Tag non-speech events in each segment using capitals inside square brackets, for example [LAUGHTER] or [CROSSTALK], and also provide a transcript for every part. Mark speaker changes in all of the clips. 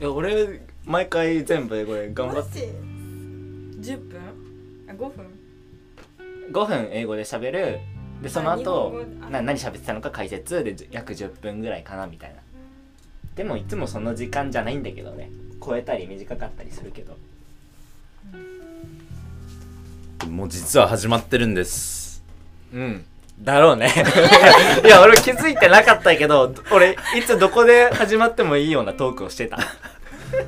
Speaker 1: いや俺毎回全部でこれ頑張
Speaker 2: マ
Speaker 1: っ
Speaker 2: ジ10分あ5分
Speaker 1: 5分英語で喋るでその
Speaker 2: あ日本
Speaker 1: 後
Speaker 2: 語あ
Speaker 1: な何喋ってたのか解説でじゅ約10分ぐらいかなみたいなでもいつもその時間じゃないんだけどね超えたり短かったりするけど
Speaker 3: もう実は始まってるんです
Speaker 1: うんだろうね [LAUGHS] いや俺気づいてなかったけど俺いつどこで始まってもいいようなトークをしてた
Speaker 2: え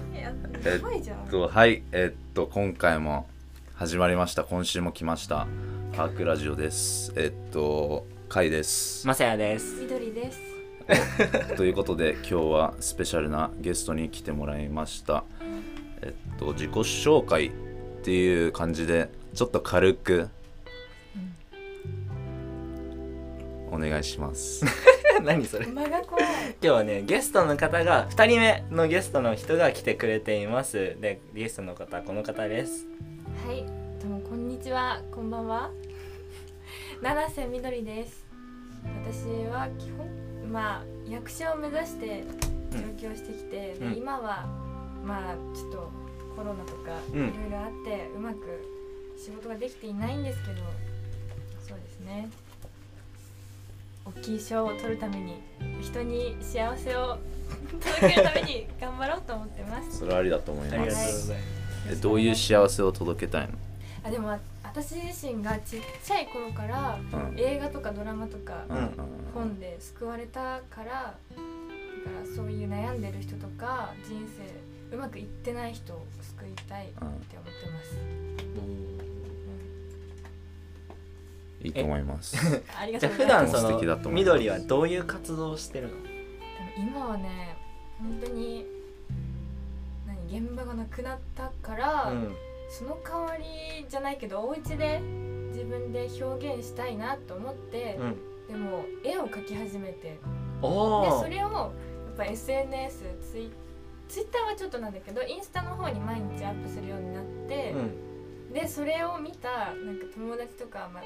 Speaker 3: え
Speaker 2: やばいじゃん
Speaker 3: とはいえっと今回も始まりました今週も来ましたパークラジオですえっと回です、
Speaker 1: まさやです
Speaker 2: 緑です
Speaker 3: ということで今日はスペシャルなゲストに来てもらいましたえっと自己紹介っていう感じでちょっと軽くお願いします
Speaker 1: [LAUGHS] 何それ
Speaker 2: 間が怖い
Speaker 1: 今日はねゲストの方が2人目のゲストの人が来てくれていますでゲストの方はこの方です
Speaker 4: はい、どうもこんにちは、こんばんは。 [LAUGHS] 七瀬みどりです。私は基本まあ役者を目指して上京してきて、
Speaker 1: うん
Speaker 4: で今はまあちょっとコロナとかい
Speaker 1: うん
Speaker 4: ろいろあって、うまく仕事ができていないんですけど、そうですね。大きい賞を取るために人に幸せを届けるために頑張ろうと思ってます。
Speaker 3: それはありだと思い
Speaker 1: ありが
Speaker 3: ま
Speaker 1: とうご
Speaker 3: す
Speaker 1: ざいます
Speaker 3: [LAUGHS] えどういう幸せを届けたいの
Speaker 4: あでもあ私自身がちっちゃい頃から
Speaker 3: うん
Speaker 4: 映画とかドラマとか
Speaker 3: うんうんうん
Speaker 4: 本で救われたからだからそういう悩んでる人とか人生うまくいってない人を救いたいって
Speaker 3: う
Speaker 4: 思っ
Speaker 3: ん
Speaker 4: てます、
Speaker 3: いいと思います
Speaker 4: うんありが
Speaker 1: じゃ
Speaker 4: とう
Speaker 1: あ
Speaker 4: ござ
Speaker 1: 普
Speaker 4: います
Speaker 1: 段そ
Speaker 3: とても素敵だと
Speaker 1: の
Speaker 3: 思います
Speaker 1: 緑はどういう活動をしてるの
Speaker 4: でも今はね本当に何現場がなくなったから、
Speaker 1: うん
Speaker 4: その代わりじゃないけどお家で自分で表現したいなと思って、
Speaker 1: うん
Speaker 4: でも絵を描き始めて
Speaker 1: お
Speaker 4: で
Speaker 1: お
Speaker 4: それをやっぱ SNS ツイツイッターはちょっとなんだけどインスタの方に毎日アップするようになって
Speaker 1: う、ん
Speaker 4: でそれを見たなんか友達とか、ま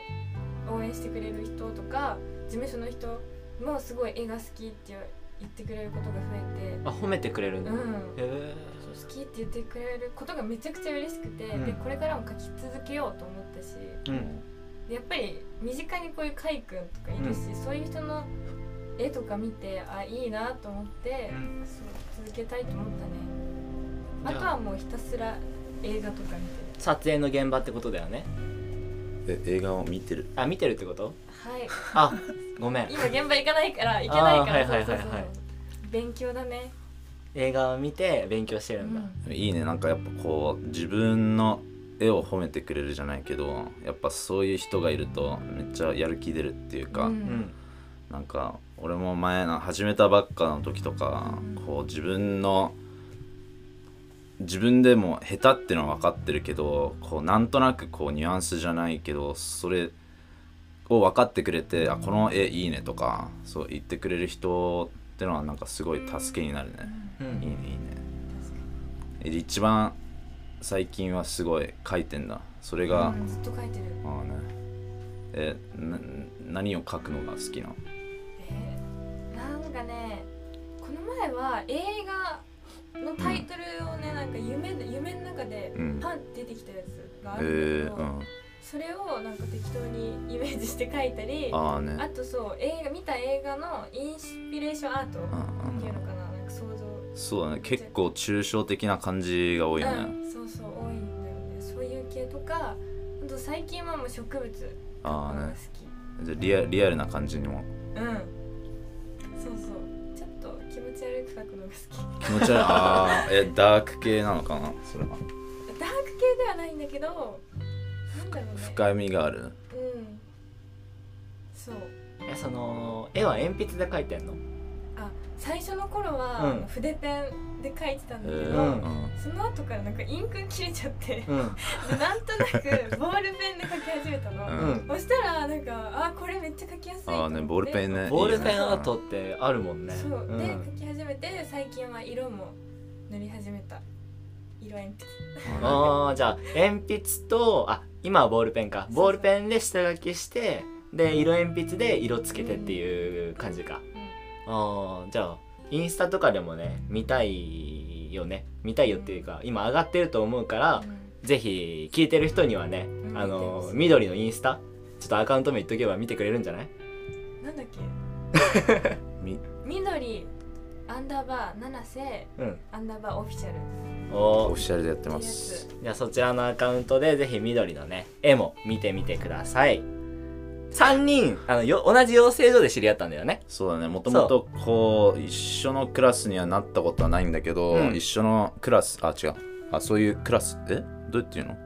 Speaker 4: あ、応援してくれる人とか事務所の人もすごい絵が好きって言ってくれることが増え
Speaker 1: あ褒めてくれるん
Speaker 4: て、
Speaker 1: だ、
Speaker 4: う
Speaker 1: へ
Speaker 4: ん、
Speaker 1: え
Speaker 4: 好きって言ってくれることがめちゃくちゃ嬉しくて、
Speaker 1: うん
Speaker 4: でこれからも描き続けようと思ったし
Speaker 1: うん
Speaker 4: でやっぱり身近にこういうカイ君とかいるし、そういう人の絵とか見てあいいなと思って。そう続けたいと思ったねあとはもうひたすら映画とか見てる
Speaker 1: 撮影の現場ってことだよね
Speaker 3: え映画を見てる
Speaker 1: あ見てるって
Speaker 4: [LAUGHS]
Speaker 1: こと [LAUGHS]
Speaker 4: はい
Speaker 1: あごめん
Speaker 4: 今現場行かないから行けない
Speaker 1: あーはい
Speaker 4: から
Speaker 1: はいはいはい
Speaker 4: そうそうそう勉強だね
Speaker 1: 映画を見て勉強してるんだ、
Speaker 3: いいねなんかやっぱこう自分の絵を褒めてくれるじゃないけどやっぱそういう人がいるとめっちゃやる気出るっていうか、
Speaker 1: う
Speaker 4: う
Speaker 1: ん
Speaker 4: ん
Speaker 3: なんか俺も前の始めたばっかの時とかこう自分の自分でも下手ってのは分かってるけどこうなんとなくこうニュアンスじゃないけどそれを分かってくれて「あこの絵いいね」とかそう言ってくれる人ってのはなんかすごい助けになるね。
Speaker 1: う
Speaker 3: いいね
Speaker 1: ん、
Speaker 3: いいねえ一番最近はすごい書いてんだそれが、
Speaker 4: ずっと描いてる
Speaker 3: まあねえな何を書くのが好きなの
Speaker 4: えーなんかねこの前は映画のタイトルをね、なんか夢で夢の中で
Speaker 3: うん
Speaker 4: パンって出てきたやつがあ
Speaker 3: え
Speaker 4: るんだ
Speaker 3: ー
Speaker 4: けど、
Speaker 3: うん、
Speaker 4: それをなんか適当にイメージして描いたり
Speaker 3: ああ
Speaker 4: あ
Speaker 3: ね
Speaker 4: とそう映画見た映画のインスピレーションアート
Speaker 3: うん
Speaker 4: っ
Speaker 3: う
Speaker 4: て
Speaker 3: ん
Speaker 4: いううの
Speaker 3: ん
Speaker 4: かななんか想像
Speaker 3: そうだね結構抽象的な感じが多いよね、
Speaker 4: うん、そうそう多いんだよねそういう系とかあと最近はもう植物
Speaker 3: ああ
Speaker 4: が好
Speaker 3: ね
Speaker 4: き、
Speaker 3: じゃあリアリアルな感じにも
Speaker 4: うんそうそうちょっと気持ち悪く描くのが好き
Speaker 3: 気持ち悪いああえダーク系なのかなそれは
Speaker 4: ダーク系ではないんだけどなんだろうね
Speaker 3: 深みがある
Speaker 4: うんそう
Speaker 1: えその絵は鉛筆で描いてんの
Speaker 4: あ最初の頃
Speaker 1: う
Speaker 4: は
Speaker 1: ん
Speaker 4: 筆ペンで描いてたん
Speaker 3: え
Speaker 4: だけど、
Speaker 3: ー
Speaker 1: うん
Speaker 3: うん
Speaker 4: その後からなんかインク切れちゃって [LAUGHS]
Speaker 1: うん
Speaker 4: でなんとなくボールペンで描き始めたの、
Speaker 3: うん
Speaker 1: うん
Speaker 4: そしたらなんかあこれめっちゃ書きやすいと思
Speaker 3: ああ
Speaker 4: って
Speaker 3: ねボールペンね
Speaker 1: ボールペン
Speaker 3: いいよね
Speaker 1: アートってあるもんね
Speaker 4: そう、
Speaker 1: ん
Speaker 4: で書き始めて最近は色も塗り始めた色鉛筆
Speaker 3: あ
Speaker 1: あーじゃあ鉛筆とあ今はボールペンか
Speaker 4: そうそう
Speaker 1: ボールペンで下書きしてで色鉛筆で色つけてっていう感じか、ああじゃあインスタとかでもね見たいいよね見たいよっていうか今上がってると思うからぜひ聞いてる人にはね
Speaker 4: ん
Speaker 1: あ
Speaker 4: 見て
Speaker 1: の
Speaker 4: ほしい
Speaker 1: 緑のインスタちょっとアカウント名言っとけば見てくれるんじゃない
Speaker 2: なんだっけ
Speaker 3: み
Speaker 4: 緑アンダーバー七瀬
Speaker 1: うん
Speaker 4: アンダーバーオフィシャル
Speaker 1: お
Speaker 3: オフ
Speaker 1: ー
Speaker 3: ィシャルでやってます
Speaker 1: じゃあそちらのアカウントでぜひ緑のね絵も見てみてください3人あのよ同じ養成所で知り合ったんだよね
Speaker 3: そうだねもともとこう一緒のクラスにはなったことはないんだけど、
Speaker 1: うん
Speaker 3: 一緒のクラスあ違うあそういうクラスえどうやって言うの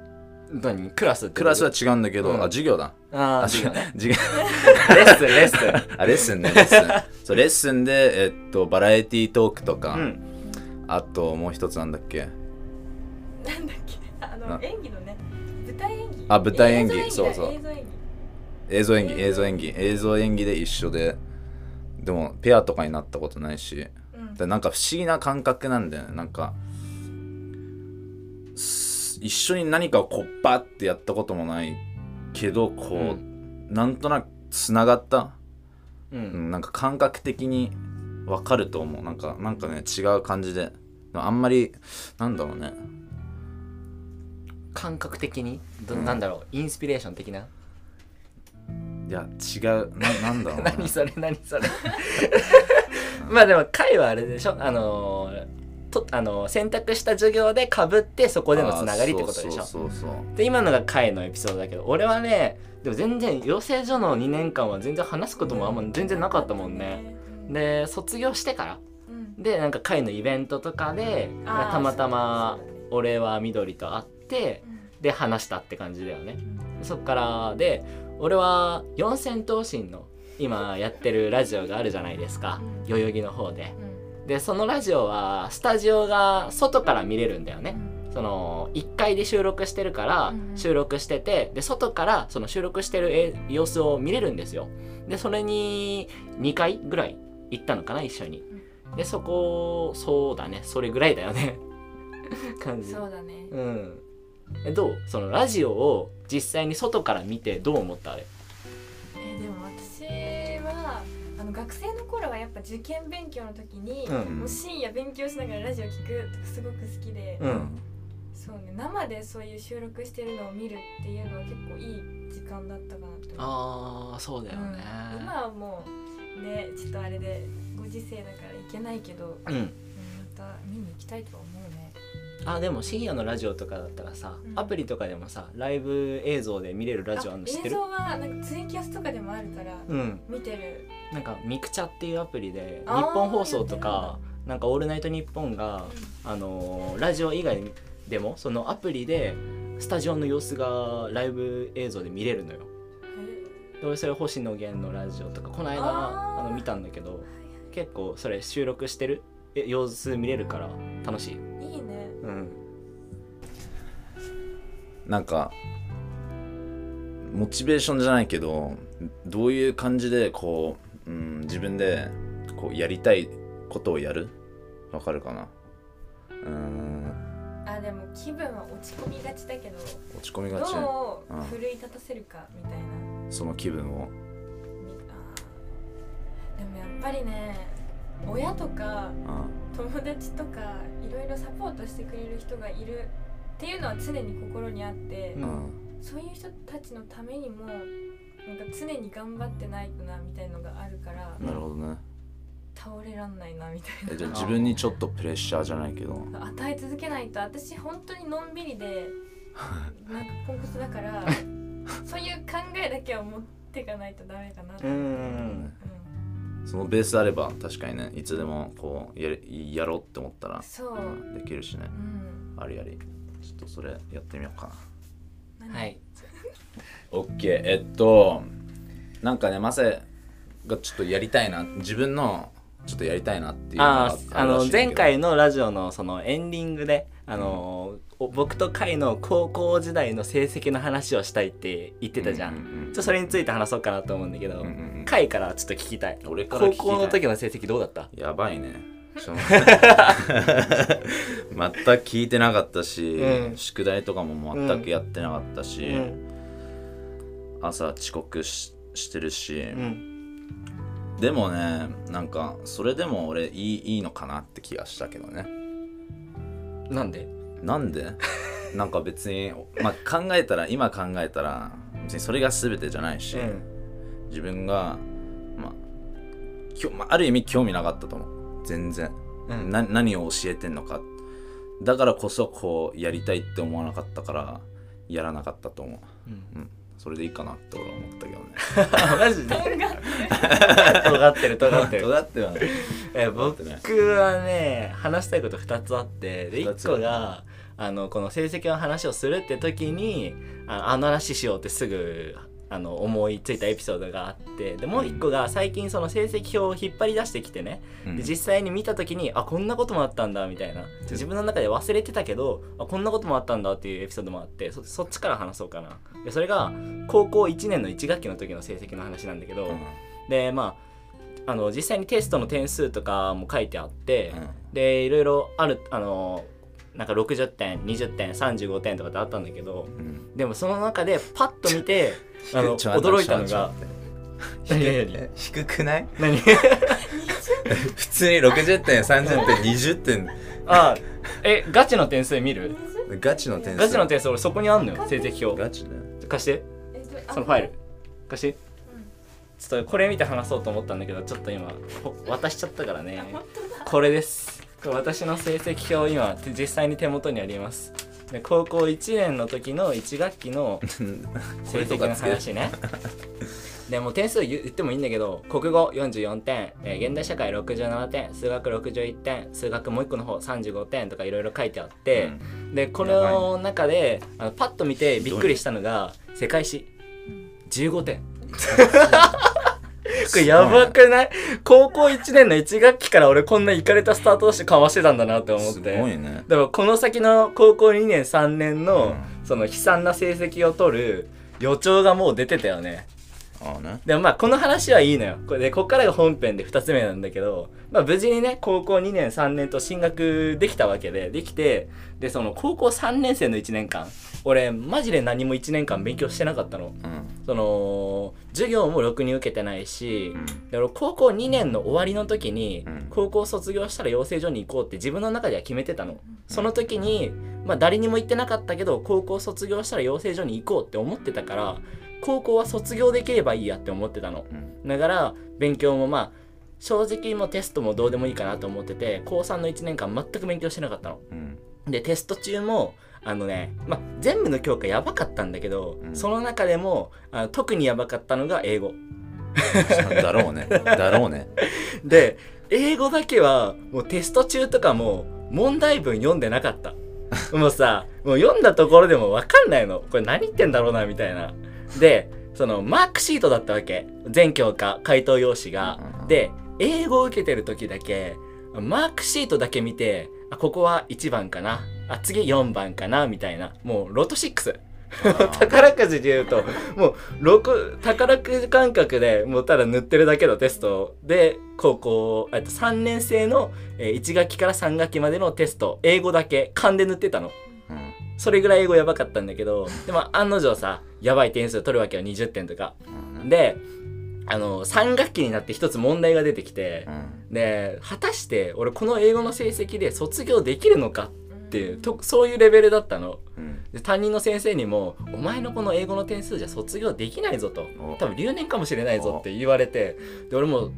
Speaker 1: 何クラスって
Speaker 3: クラスは違うんだけど、
Speaker 1: うん
Speaker 3: あ授業だ
Speaker 1: あ
Speaker 3: あ
Speaker 1: あ
Speaker 3: 違
Speaker 1: 違
Speaker 3: う
Speaker 1: うね
Speaker 3: 授業 [LAUGHS]
Speaker 1: レッスンレッスン
Speaker 3: あレッスンねレッスン [LAUGHS] そうレッスンで、えっと、バラエティートークとか、
Speaker 1: うん
Speaker 3: あともう一つなんだっけ
Speaker 4: [LAUGHS] なんだっけあの
Speaker 3: な
Speaker 4: 演技のね舞台演技
Speaker 3: あ舞台演技
Speaker 4: 映像
Speaker 3: そう
Speaker 4: 演技だ
Speaker 3: そう
Speaker 4: 映像演技
Speaker 3: 映像演技映像演技映像演技で一緒ででもペアとかになったことないし
Speaker 4: うん
Speaker 3: でなんか不思議な感覚なんだよねなんかす一緒に何かをこうバッてやったこともないけどこう、
Speaker 1: う
Speaker 3: なんとなくつながった、
Speaker 1: う
Speaker 3: うんん、なんか感覚的に分かると思うなんかなんかね違う感じであんまりなんだろうね
Speaker 1: 感覚的にどなんだろうインスピレーション的ない
Speaker 3: や違うななんだろうね
Speaker 1: [LAUGHS] 何そ
Speaker 3: [LAUGHS]
Speaker 1: れ何それまあでも回はあれでしょあのーとあのー選択した授業でかぶってそこでのつながりってことでしょ
Speaker 3: あーそうそうそうそう
Speaker 1: で今のが回のエピソードだけど俺はねでも全然養成所の2年間は全然話すこともあんま全然なかったもんね、で卒業してから
Speaker 4: うん
Speaker 1: でなんか会のイベントとかで
Speaker 4: あー
Speaker 1: たまたま
Speaker 4: そうだね
Speaker 1: 俺は緑と会って
Speaker 4: うん
Speaker 1: で話したって感じだよね
Speaker 4: うん
Speaker 1: そっからで俺は四千頭身の今やってるラジオがあるじゃないですか
Speaker 4: うん
Speaker 1: 代々木の方で
Speaker 4: うん
Speaker 1: でそのラジオはスタジオが外から見れるんだよねその1階で収録してるから
Speaker 4: うん
Speaker 1: 収録しててで外からその収録してるえ様子を見れるんですよでそれに2回ぐらい行ったのかな一緒にでそこそうだねそれぐらいだよ
Speaker 4: [LAUGHS]
Speaker 1: ね感じ
Speaker 4: そうだね
Speaker 1: うんえどうそのラジオを実際に外から見てどう思ったあれ
Speaker 4: えーでも私はあの学生の頃はやっぱ受験勉強の時に、
Speaker 1: うん
Speaker 4: もう深夜勉強しながらラジオ聞くとかすごく好きで、
Speaker 1: うん
Speaker 4: そうね生でそういう収録してるのを見るっていうのは結構いい時間だったかなと思う
Speaker 1: ああそうだよね
Speaker 4: うん今はもうねちょっとあれでご時世だから行けないけど、うん
Speaker 1: うん、
Speaker 4: また見に行きたいとは思うね
Speaker 1: あでも深夜のラジオとかだったらさ、
Speaker 4: うん
Speaker 1: アプリとかでもさライブ映像で見れるラジオあるの知って
Speaker 4: 映
Speaker 1: る
Speaker 4: 像はなんかツイキャスとかでもあるから
Speaker 1: うん
Speaker 4: 見てる
Speaker 1: なんかミクチャっていうアプリで日
Speaker 4: あー
Speaker 1: 本放送とかなんか「オールナイトニッポンが」あのーラジオ以外でもそのアプリでスタジオの様子がライブ映像で見れるのよ。で俺それ星野源のラジオとかこの間
Speaker 4: あ
Speaker 1: あ
Speaker 4: ー
Speaker 1: の見たんだけど結構それ収録してるえ様子見れるから楽しい。
Speaker 4: えいいね
Speaker 1: うん、
Speaker 3: なんかモチベーションじゃないけどどういう感じでこう、うん、自分でこうやりたいことをやるわかるかなうーん
Speaker 4: あでも気分は落ち込みがちだけど
Speaker 3: 落ち込みがち
Speaker 4: ど
Speaker 3: うん
Speaker 4: う奮い立たせるかみたいな、
Speaker 3: その気分を
Speaker 4: みあーでもやっぱりね親とか
Speaker 3: あ
Speaker 4: 友達とかいろいろサポートしてくれる人がいるっていうのは常に心にあって、
Speaker 1: うん
Speaker 3: うん
Speaker 4: そういう人たちのためにもなんか常に頑張ってないとなみたいのがあるから、
Speaker 3: なるほどね
Speaker 4: 倒れらんないなみたい
Speaker 3: えじゃあ自分にちょっとプレッシャーじゃないけど
Speaker 4: な与え続けないと私本当にのんびりでなんかポンコツだからそういう考えだけは持っていかないとダメかな、うん
Speaker 1: うん
Speaker 3: そのベースあれば確かにねいつでもこうやれやろうって思ったら、
Speaker 4: そう、
Speaker 3: うんできるしね
Speaker 4: うん、
Speaker 3: ありありちょっとそれやってみようかな
Speaker 4: 何
Speaker 1: はい、
Speaker 3: オッケーえっとなんかねマセがちょっとやりたいな自分のちょっとやりたいなっていうのが
Speaker 1: あーあ
Speaker 3: るらし
Speaker 1: の
Speaker 3: いんだけど
Speaker 1: 前回のラジオのそのエンディングであのー、お僕と海の高校時代の成績の話をしたいって言ってたじゃん,、
Speaker 3: うう
Speaker 1: ちょっとそれについて話そうかなと思うんだけど、
Speaker 3: うんうんうん
Speaker 1: 海からちょっと聞きたい
Speaker 3: 俺から聞きたい
Speaker 1: 高校の時の成績どうだった
Speaker 3: やばいねちょっと待って全く聞いて [LAUGHS] なかったし、
Speaker 1: うん
Speaker 3: 宿題とかも全くやってなかったし、
Speaker 1: うん
Speaker 3: 朝遅刻ししてるし、
Speaker 1: うん
Speaker 3: でもねなんかそれでも俺いいいいのかなって気がしたけどね
Speaker 1: なんで
Speaker 3: な
Speaker 1: [LAUGHS]
Speaker 3: んでなんか別に、まあ、考えたら今考えたら別にそれが全てじゃないし、
Speaker 1: うん
Speaker 3: 自分が、まあきょまあ、ある意味興味なかったと思う全然、
Speaker 1: うん
Speaker 3: な何を教えてんのかだからこそこうやりたいって思わなかったからやらなかったと思う
Speaker 1: うん
Speaker 3: それでいいかなって俺は思ったけ
Speaker 1: [LAUGHS]
Speaker 3: どね
Speaker 1: マジで
Speaker 4: とんがって
Speaker 1: 尖ってる尖ってる
Speaker 3: 尖ってはない
Speaker 1: えー
Speaker 3: 尖っ
Speaker 1: 僕
Speaker 3: てない
Speaker 1: はね話したいこと2つあってで
Speaker 3: 二つ
Speaker 1: 1個があのこの成績の話をするって時にあのあの話しようってすぐあの思いついたエピソードがあってでもう1個が最近その成績表を引っ張り出してきてね
Speaker 3: うん
Speaker 1: で実際に見た時にあこんなこともあったんだみたいな自分の中で忘れてたけどあこんなこともあったんだっていうエピソードもあってそそっちから話そうかなでそれが高校1年の1学期の時の成績の話なんだけど、
Speaker 3: うん
Speaker 1: でまああの実際にテストの点数とかも書いてあって、
Speaker 3: うん
Speaker 1: でいろいろあるあのなんか60点20点35点とかってあったんだけど
Speaker 3: うん
Speaker 1: でもその中でパッと見
Speaker 3: [LAUGHS]
Speaker 1: てあの
Speaker 3: ちょっ
Speaker 1: 驚
Speaker 3: と待
Speaker 1: い
Speaker 3: って
Speaker 1: たのが
Speaker 3: ちょっと待って
Speaker 1: いやいやいや
Speaker 3: え低くない
Speaker 1: 何 [LAUGHS]
Speaker 3: 普通に60点30点20点
Speaker 1: あえガチの点数見る
Speaker 3: ガチの点数
Speaker 1: ガチの点数俺そこにあんのよ成績表
Speaker 3: ガチだよ
Speaker 1: 貸して
Speaker 4: えどあ
Speaker 1: そのファイル貸してちょっとこれ見て話そうと思ったんだけどちょっと今ほ渡しちゃったからねこれですこれ私の成績表今て実際に手元にありますで高校1年の時の1学期の成績の話ねでもう点数言言ってもいいんだけど国語44点、えー現代社会67点数学61点数学もう一個の方35点とかいろいろ書いてあって、でこの中であのパッと見てびっくりしたのが世界史15点 [LAUGHS] これやばくない高校1年の1学期から俺こんないかれたスタートをしてかわしてたんだなって
Speaker 3: うん
Speaker 1: 思っ
Speaker 3: すご
Speaker 1: て
Speaker 3: いね
Speaker 1: でもこの先の高校2年3年の、
Speaker 3: う
Speaker 1: その悲惨な成績を取る予兆がもう出てたよね
Speaker 3: ああね
Speaker 1: でもまあこの話はいいのよこれでこっからが本編で2つ目なんだけど、まあ、無事にね高校2年3年と進学できたわけでできてでその高校3年生の1年間俺マジで何も1年間勉強してなかったの
Speaker 3: うん
Speaker 1: その授業もろくに受けてないし
Speaker 3: うん
Speaker 1: で俺高校2年の終わりの時に
Speaker 3: うん
Speaker 1: 高校卒業したら養成所に行こうって自分の中では決めてたのその時にまあ誰にも言ってなかったけど高校卒業したら養成所に行こうって思ってたから高校は卒業できればいいやって思ってたの
Speaker 3: うん
Speaker 1: だから勉強もまあ正直もうテストもどうでもいいかなと思ってて高3の1年間全く勉強してなかったの
Speaker 3: うん
Speaker 1: でテスト中もあのね、まあ、全部の教科やばかったんだけど、
Speaker 3: うん
Speaker 1: その中でもあの特にやばかったのが英
Speaker 3: [LAUGHS]
Speaker 1: 語
Speaker 3: だろうねだろうね
Speaker 1: で英語だけはもうテスト中とかも問題文読んでなかったもうさもう読んだところでも分かんないのこれ何言ってんだろうなみたいなでそのマークシートだったわけ全教科回答用紙が
Speaker 3: うんうん
Speaker 1: で英語を受けてる時だけマークシートだけ見てあここは1番かなあ次4番かなみたいなもうロト6 [LAUGHS] 宝くじで言うともう6宝くじ感覚でもうただ塗ってるだけのテストで高校えっと3年生の1学期から3学期までのテスト英語だけ勘で塗ってたの
Speaker 3: うん
Speaker 1: それぐらい英語やばかったんだけどでも案の定さやばい点数取るわけよ20点とか
Speaker 3: うん
Speaker 1: であの3学期になって一つ問題が出てきて
Speaker 3: うん
Speaker 1: で果たして俺この英語の成績で卒業できるのかっていうとそういうレベルだったの
Speaker 3: うん
Speaker 1: で担任の先生にも「お前のこの英語の点数じゃ卒業できないぞ」と
Speaker 3: お
Speaker 1: 「多分留年かもしれないぞ」って言われてで俺も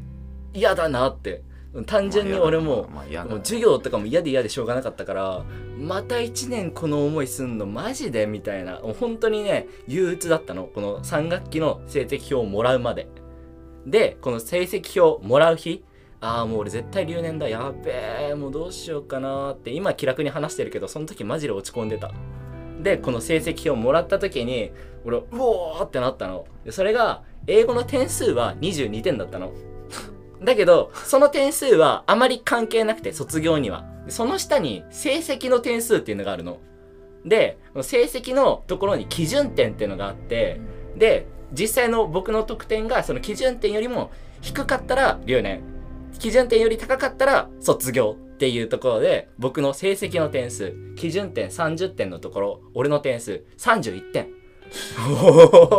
Speaker 1: 嫌だなって単純に俺も
Speaker 3: まあ嫌だ
Speaker 1: もう
Speaker 3: な
Speaker 1: 授業とかも嫌で嫌でしょうがなかったからまた1年この思いすんのマジでみたいなもう本当にね憂鬱だったのこの3学期の成績表をもらうまででこの成績表をもらう日ああもう俺絶対留年だやっべえもうどうしようかなーって今気楽に話してるけどその時マジで落ち込んでたでこの成績表をもらった時に俺うおーってなったのでそれが英語の点数は22点だったの [LAUGHS] だけどその点数はあまり関係なくて卒業にはでその下に成績の点数っていうのがあるので成績のところに基準点っていうのがあってで実際の僕の得点がその基準点よりも低かったら留年基準点より高かったら卒業っていうところで僕の成績の点数基準点30点のところ俺の点数31点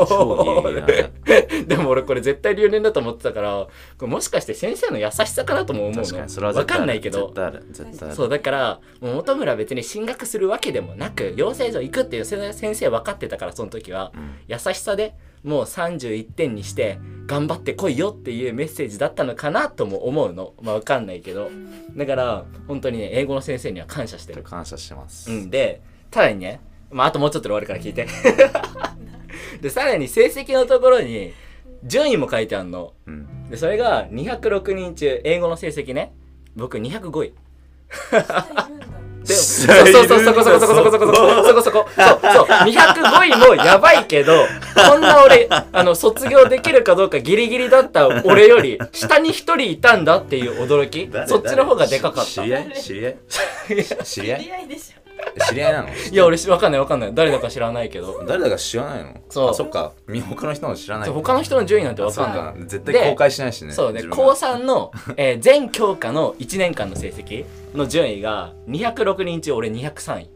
Speaker 3: 超いいや
Speaker 1: [LAUGHS] ででも俺これ絶対留年だと思ってたからこれもしかして先生の優しさかなとも思う
Speaker 3: 確か
Speaker 1: の
Speaker 3: にそれは
Speaker 1: わ
Speaker 3: 絶
Speaker 1: か
Speaker 3: 対ある
Speaker 1: んないけど
Speaker 3: 絶対ある絶対ある
Speaker 1: そうだからもう本村別に進学するわけでもなく養成所行くっていうせ先生分かってたからその時は
Speaker 3: うん
Speaker 1: 優しさでもう31点にして頑張ってこいよっていうメッセージだったのかなとも思うのまあ分かんないけどだから本当にね英語の先生には感謝してる
Speaker 3: 感謝してます、
Speaker 1: うんでさらにねまああともうちょっとで終わるから聞いて [LAUGHS] でさらに成績のところに順位も書いてあるの
Speaker 3: うん
Speaker 1: でそれが206人中英語の成績ね僕205位
Speaker 2: いるんだ
Speaker 1: で
Speaker 3: 知
Speaker 1: そう
Speaker 3: らん
Speaker 1: そうそうそこそこそこそこそこそこそこそこそうそう205位もやばいけどこんな俺あの卒業できるかどうかギリギリだった俺より下に一人いたんだっていう驚き
Speaker 3: 誰
Speaker 1: そっちの方がでかかっ
Speaker 3: 知
Speaker 1: た
Speaker 3: り合い知り合い知り合
Speaker 2: 知
Speaker 3: い
Speaker 2: り合いでしょ
Speaker 3: 知り合いなの
Speaker 1: いや俺しわかんないわかんない誰だか知らないけど
Speaker 3: 誰だか知らないの
Speaker 1: そう
Speaker 3: あそっかみ他の人も知らない
Speaker 1: そう他の人の順位なんてわ
Speaker 3: そう
Speaker 1: かんない
Speaker 3: か絶対公開しないしね
Speaker 1: そうね
Speaker 3: 自分が
Speaker 1: 高3の、えー全教科の1年間の成績の順位が206人中俺203位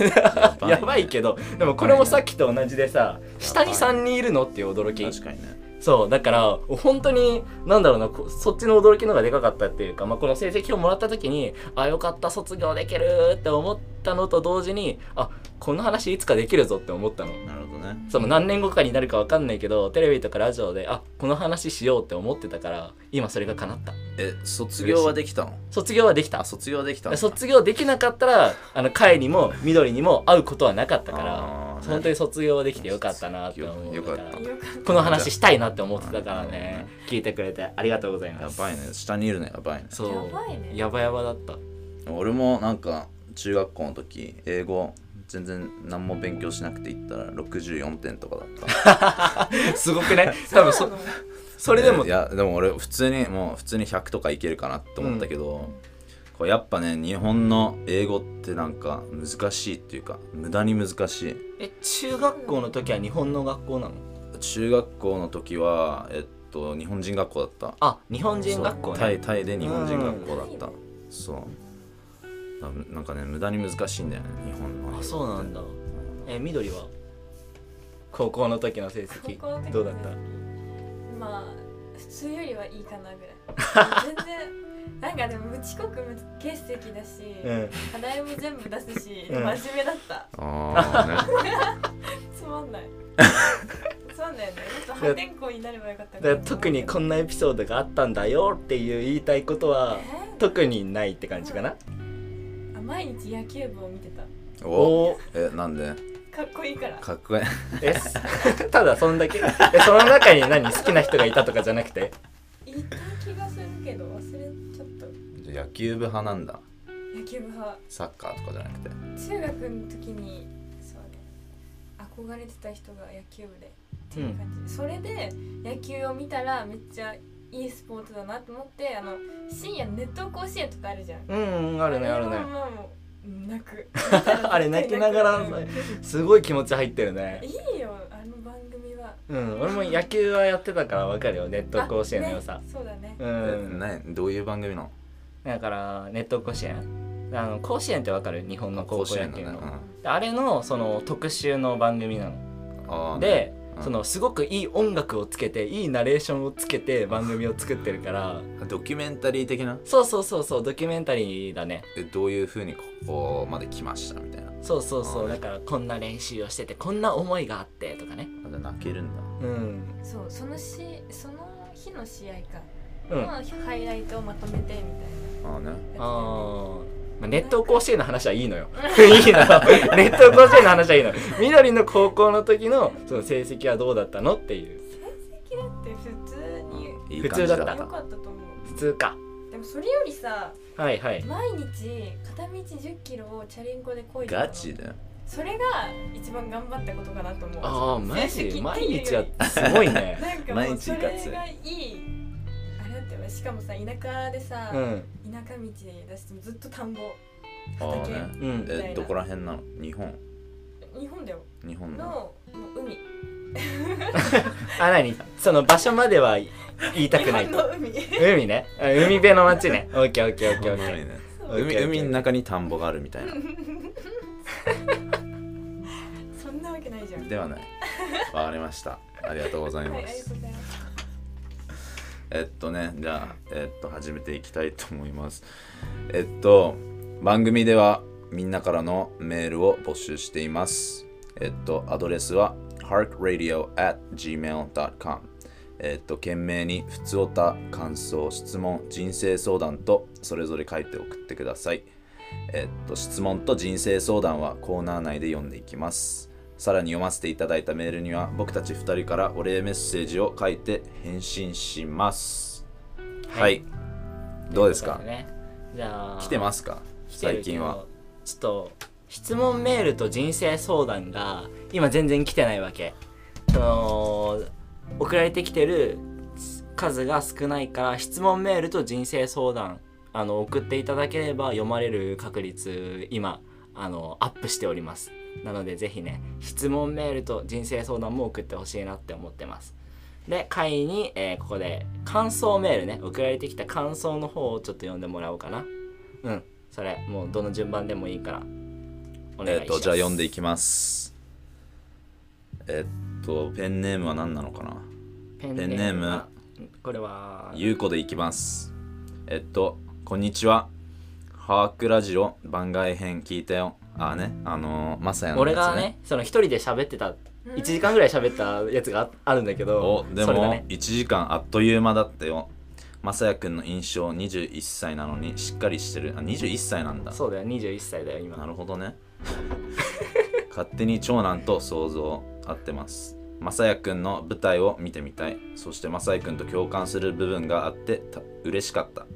Speaker 3: やば
Speaker 1: [LAUGHS]
Speaker 3: い,、
Speaker 1: やばいけどでもこれもさっきと同じでさ下に3人いるのっていう驚き
Speaker 3: 確かにね
Speaker 1: そうだから本当になんだろうなこそっちの驚きの方がでかかったっていうか、まあ、この成績をもらった時にあよかった卒業できるって思ったのと同時にあこの話いつかできるぞって思ったの
Speaker 3: なるほどね
Speaker 1: その何年後かになるかわかんないけどテレビとかラジオであこの話しようって思ってたから今それが叶った
Speaker 3: え卒業はできたの
Speaker 1: 卒業はでき
Speaker 3: あ
Speaker 1: た
Speaker 3: 卒業はできたの
Speaker 1: 卒業できなかったらあの会にも緑にも会うことはなかったから
Speaker 3: あー
Speaker 1: 本当に卒業できてよかったなって思う
Speaker 3: よかった
Speaker 1: だら
Speaker 2: よかっ
Speaker 1: この話したいなって思ってたから
Speaker 3: なる
Speaker 1: ね
Speaker 3: ほ
Speaker 1: 聞いてくれてありがとうござい
Speaker 3: や
Speaker 1: ます
Speaker 3: ばいね下にいるのやばいね
Speaker 1: そう
Speaker 4: やばいね
Speaker 1: やばやばだった
Speaker 3: 俺もなんか中学校の時英語全然何も勉強しなくて行ったら64点とかだった [LAUGHS]
Speaker 1: すごくね [LAUGHS] 多分
Speaker 2: た
Speaker 1: そ
Speaker 2: の
Speaker 1: それでも
Speaker 3: いやでも俺普通にもう普通に100とかいけるかなって思ったけど、こうやっぱね日本の英語ってなんか難しいっていうか無駄に難しい
Speaker 1: え中学校の時は日本の学校なの
Speaker 3: 中学校の時はえっと日本人学校だった
Speaker 1: あ日本人学校
Speaker 3: そうタ
Speaker 1: ね
Speaker 3: イタイで日本人学校だった、そうだなんかね無駄に難しいんだよね日本の
Speaker 1: あそうなんだえ緑は高校の時の成績
Speaker 4: 高校の時の成績
Speaker 1: どうだった
Speaker 4: まあ普通よりはいいか
Speaker 1: [LAUGHS]
Speaker 4: なぐらい全然なんかでも無遅刻無欠席だし、
Speaker 1: うん
Speaker 4: 課題も全部出すし、
Speaker 1: うん
Speaker 4: 真面目だった
Speaker 3: ああ、ね、
Speaker 4: つま
Speaker 1: [LAUGHS]
Speaker 4: んないつまんないよねもっと破天荒になればよかった
Speaker 1: だから特にこんなエピソードがあったんだよっていう言いたいことは
Speaker 4: え
Speaker 1: 特にないって感じかな
Speaker 4: ーあ毎日野球部を見てた
Speaker 3: お
Speaker 1: ー
Speaker 3: えなんで
Speaker 4: かっこいいから
Speaker 3: かっこいい
Speaker 1: え [LAUGHS] すただそんだけえその中に何好きな人がいたとかじゃなくて
Speaker 4: いた気がするけど忘れちゃった
Speaker 3: じゃ [LAUGHS] あ野球部派なんだ
Speaker 4: 野球部派
Speaker 3: サッカーとかじゃなくて
Speaker 4: 中学の時にそうね憧れてた人が野球部でっていう感じ、それで野球を見たらめっちゃいいスポーツだなと思ってあの深夜熱湯甲子園とかあるじゃん
Speaker 1: うんうんあるねあるね
Speaker 4: まあまあもう泣く
Speaker 1: [LAUGHS] あれ泣きながら
Speaker 4: うん
Speaker 1: すごい気持ち入ってるね
Speaker 4: いいよあの番組は
Speaker 1: うん俺も野球はやってたからわかるよネット甲子園の良
Speaker 4: あ
Speaker 1: さ、
Speaker 4: ねそうだね
Speaker 1: う
Speaker 3: え
Speaker 1: ん
Speaker 3: などういう番組なの
Speaker 1: だからネット甲子園あの甲子園ってわかる日本の高校野球
Speaker 3: 甲
Speaker 1: の
Speaker 3: 子園ね
Speaker 1: あれのその特集の番組なの
Speaker 3: うんあー
Speaker 1: で
Speaker 3: うん
Speaker 1: そのすごくいい音楽をつけていいナレーションをつけて番組を作ってるから
Speaker 3: ドキュメンタリー的な
Speaker 1: そうそうそうそうドキュメンタリーだね
Speaker 3: えどういうふうにここまで来ましたみたいな
Speaker 1: そうそうそう
Speaker 3: あー
Speaker 1: だからこんな練習をしててこんな思いがあってとかね
Speaker 3: あじゃあ泣けるんだ
Speaker 1: うん
Speaker 4: そうそのしその日の試合か、
Speaker 1: うんあ
Speaker 4: のハイライトをまとめてみたいな
Speaker 3: ああね
Speaker 1: あー、まあ、ネット甲子園の話はいいのよ [LAUGHS] いいのよネット甲子園の話はいいのよ緑の高校の時のその成績はどうだったのっていう
Speaker 4: 成績だって普通に
Speaker 3: いい感じ
Speaker 1: 普通だ
Speaker 4: 良
Speaker 1: っ
Speaker 4: か
Speaker 1: た
Speaker 4: ったと思う
Speaker 1: 普通か
Speaker 4: でもそれよりさ
Speaker 1: はいはい
Speaker 4: 毎日片道1 0キロをチャリンコで漕いでたの
Speaker 3: ガチだよ
Speaker 4: それが一番頑張ったことかなと思う
Speaker 1: ああマ
Speaker 4: 成績っ
Speaker 1: ジ
Speaker 4: て
Speaker 1: 毎
Speaker 4: いう
Speaker 1: 日
Speaker 4: よ
Speaker 1: は
Speaker 4: り
Speaker 1: すごいね
Speaker 4: なんかも
Speaker 3: 毎
Speaker 4: う
Speaker 3: 日
Speaker 4: それ
Speaker 3: 活
Speaker 4: がいいあれだったよねしかもさ田舎でさ、
Speaker 1: うん
Speaker 4: 田舎道だしずっと田んぼ
Speaker 3: ああね
Speaker 1: う
Speaker 4: みた
Speaker 1: ん
Speaker 4: いな
Speaker 3: えどこら辺なの日本
Speaker 4: 日本だよ
Speaker 3: 日本の
Speaker 4: のもう海
Speaker 1: あ何その場所までは言いたくない
Speaker 4: 日本の海
Speaker 1: 海ねあ海辺の街ねオッケーオッケーオッケーオッケー
Speaker 3: ね
Speaker 1: オッケー
Speaker 3: 海海の中に田んぼがあるみたいな
Speaker 4: そんなわけないじゃん
Speaker 3: ではないわかりましたありがとうござ
Speaker 4: は
Speaker 3: い
Speaker 4: い、
Speaker 3: ま
Speaker 4: ありが
Speaker 3: す
Speaker 4: とうございます。
Speaker 3: えっとねじゃあ、えっと、始めていきたいと思いますえっと番組ではみんなからのメールを募集していますえっとアドレスは harkradio gmail.com えっと懸命に「ふつおた」「感想」「質問」「人生相談」とそれぞれ書いて送ってくださいえっと質問と人生相談はコーナー内で読んでいきますさらに読ませていただいたメールには僕たち2人からお礼メッセージを書いて返信しますはい、どうですか
Speaker 1: といことねじゃあ
Speaker 3: 来てますか
Speaker 1: 来てるけ
Speaker 3: 最
Speaker 1: ど
Speaker 3: 近は
Speaker 1: ちょっと質問メールと人生相談が今全然来てないわけその送られてきてる数が少ないから質問メールと人生相談あの送っていただければ読まれる確率今あのアップしておりますなのでぜひね質問メールと人生相談も送ってほしいなって思ってますで会に、えーここで感想メールね送られてきた感想の方をちょっと読んでもらおうかなうんそれもうどの順番でもいいからお願いします
Speaker 3: えっ、とじゃあ読んでいきますえっとペンネームは何なのかな
Speaker 1: ペン
Speaker 3: ペンネーム
Speaker 1: はこれは
Speaker 3: ゆうこでいきますえっとこんにちはハークラジオ番外編聞いたよあーねあのー、まさやの
Speaker 1: 俺
Speaker 3: やつ
Speaker 1: がねその一人で喋ってた1時間ぐらい喋ったやつがああるんだけ
Speaker 3: お
Speaker 1: ど
Speaker 3: で
Speaker 1: それが
Speaker 3: も、
Speaker 1: ね
Speaker 3: 1時間あっという間だったよまさやくんの印象21歳なのにしっかりしてるあ21歳なんだ
Speaker 1: そうだよ21歳だよ今
Speaker 3: なるほどね [LAUGHS] 勝手に長男と想像合ってますまさやくんの舞台を見てみたいそしてまさやくんと共感する部分があってた嬉しかった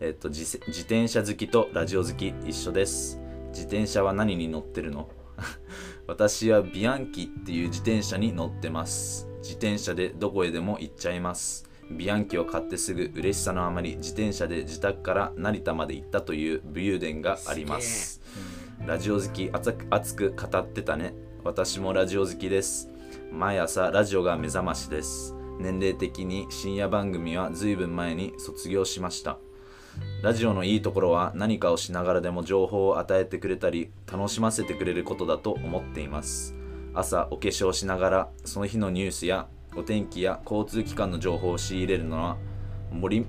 Speaker 3: えっと自せ自転車好きとラジオ好き一緒です自転車は何に乗ってるの [LAUGHS] 私はビアンキっていう自転車に乗ってます自転車でどこへでも行っちゃいますビアンキを買ってすぐ嬉しさのあまり自転車で自宅から成田まで行ったという武勇伝がありますラジオ好き熱く熱く語ってたね私もラジオ好きです毎朝ラジオが目覚ましです年齢的に深夜番組は随分前に卒業しましたラジオのいいところは何かをしながらでも情報を与えてくれたり楽しませてくれることだと思っています朝お化粧しながらその日のニュースやお天気や交通機関の情報を仕入れるのは森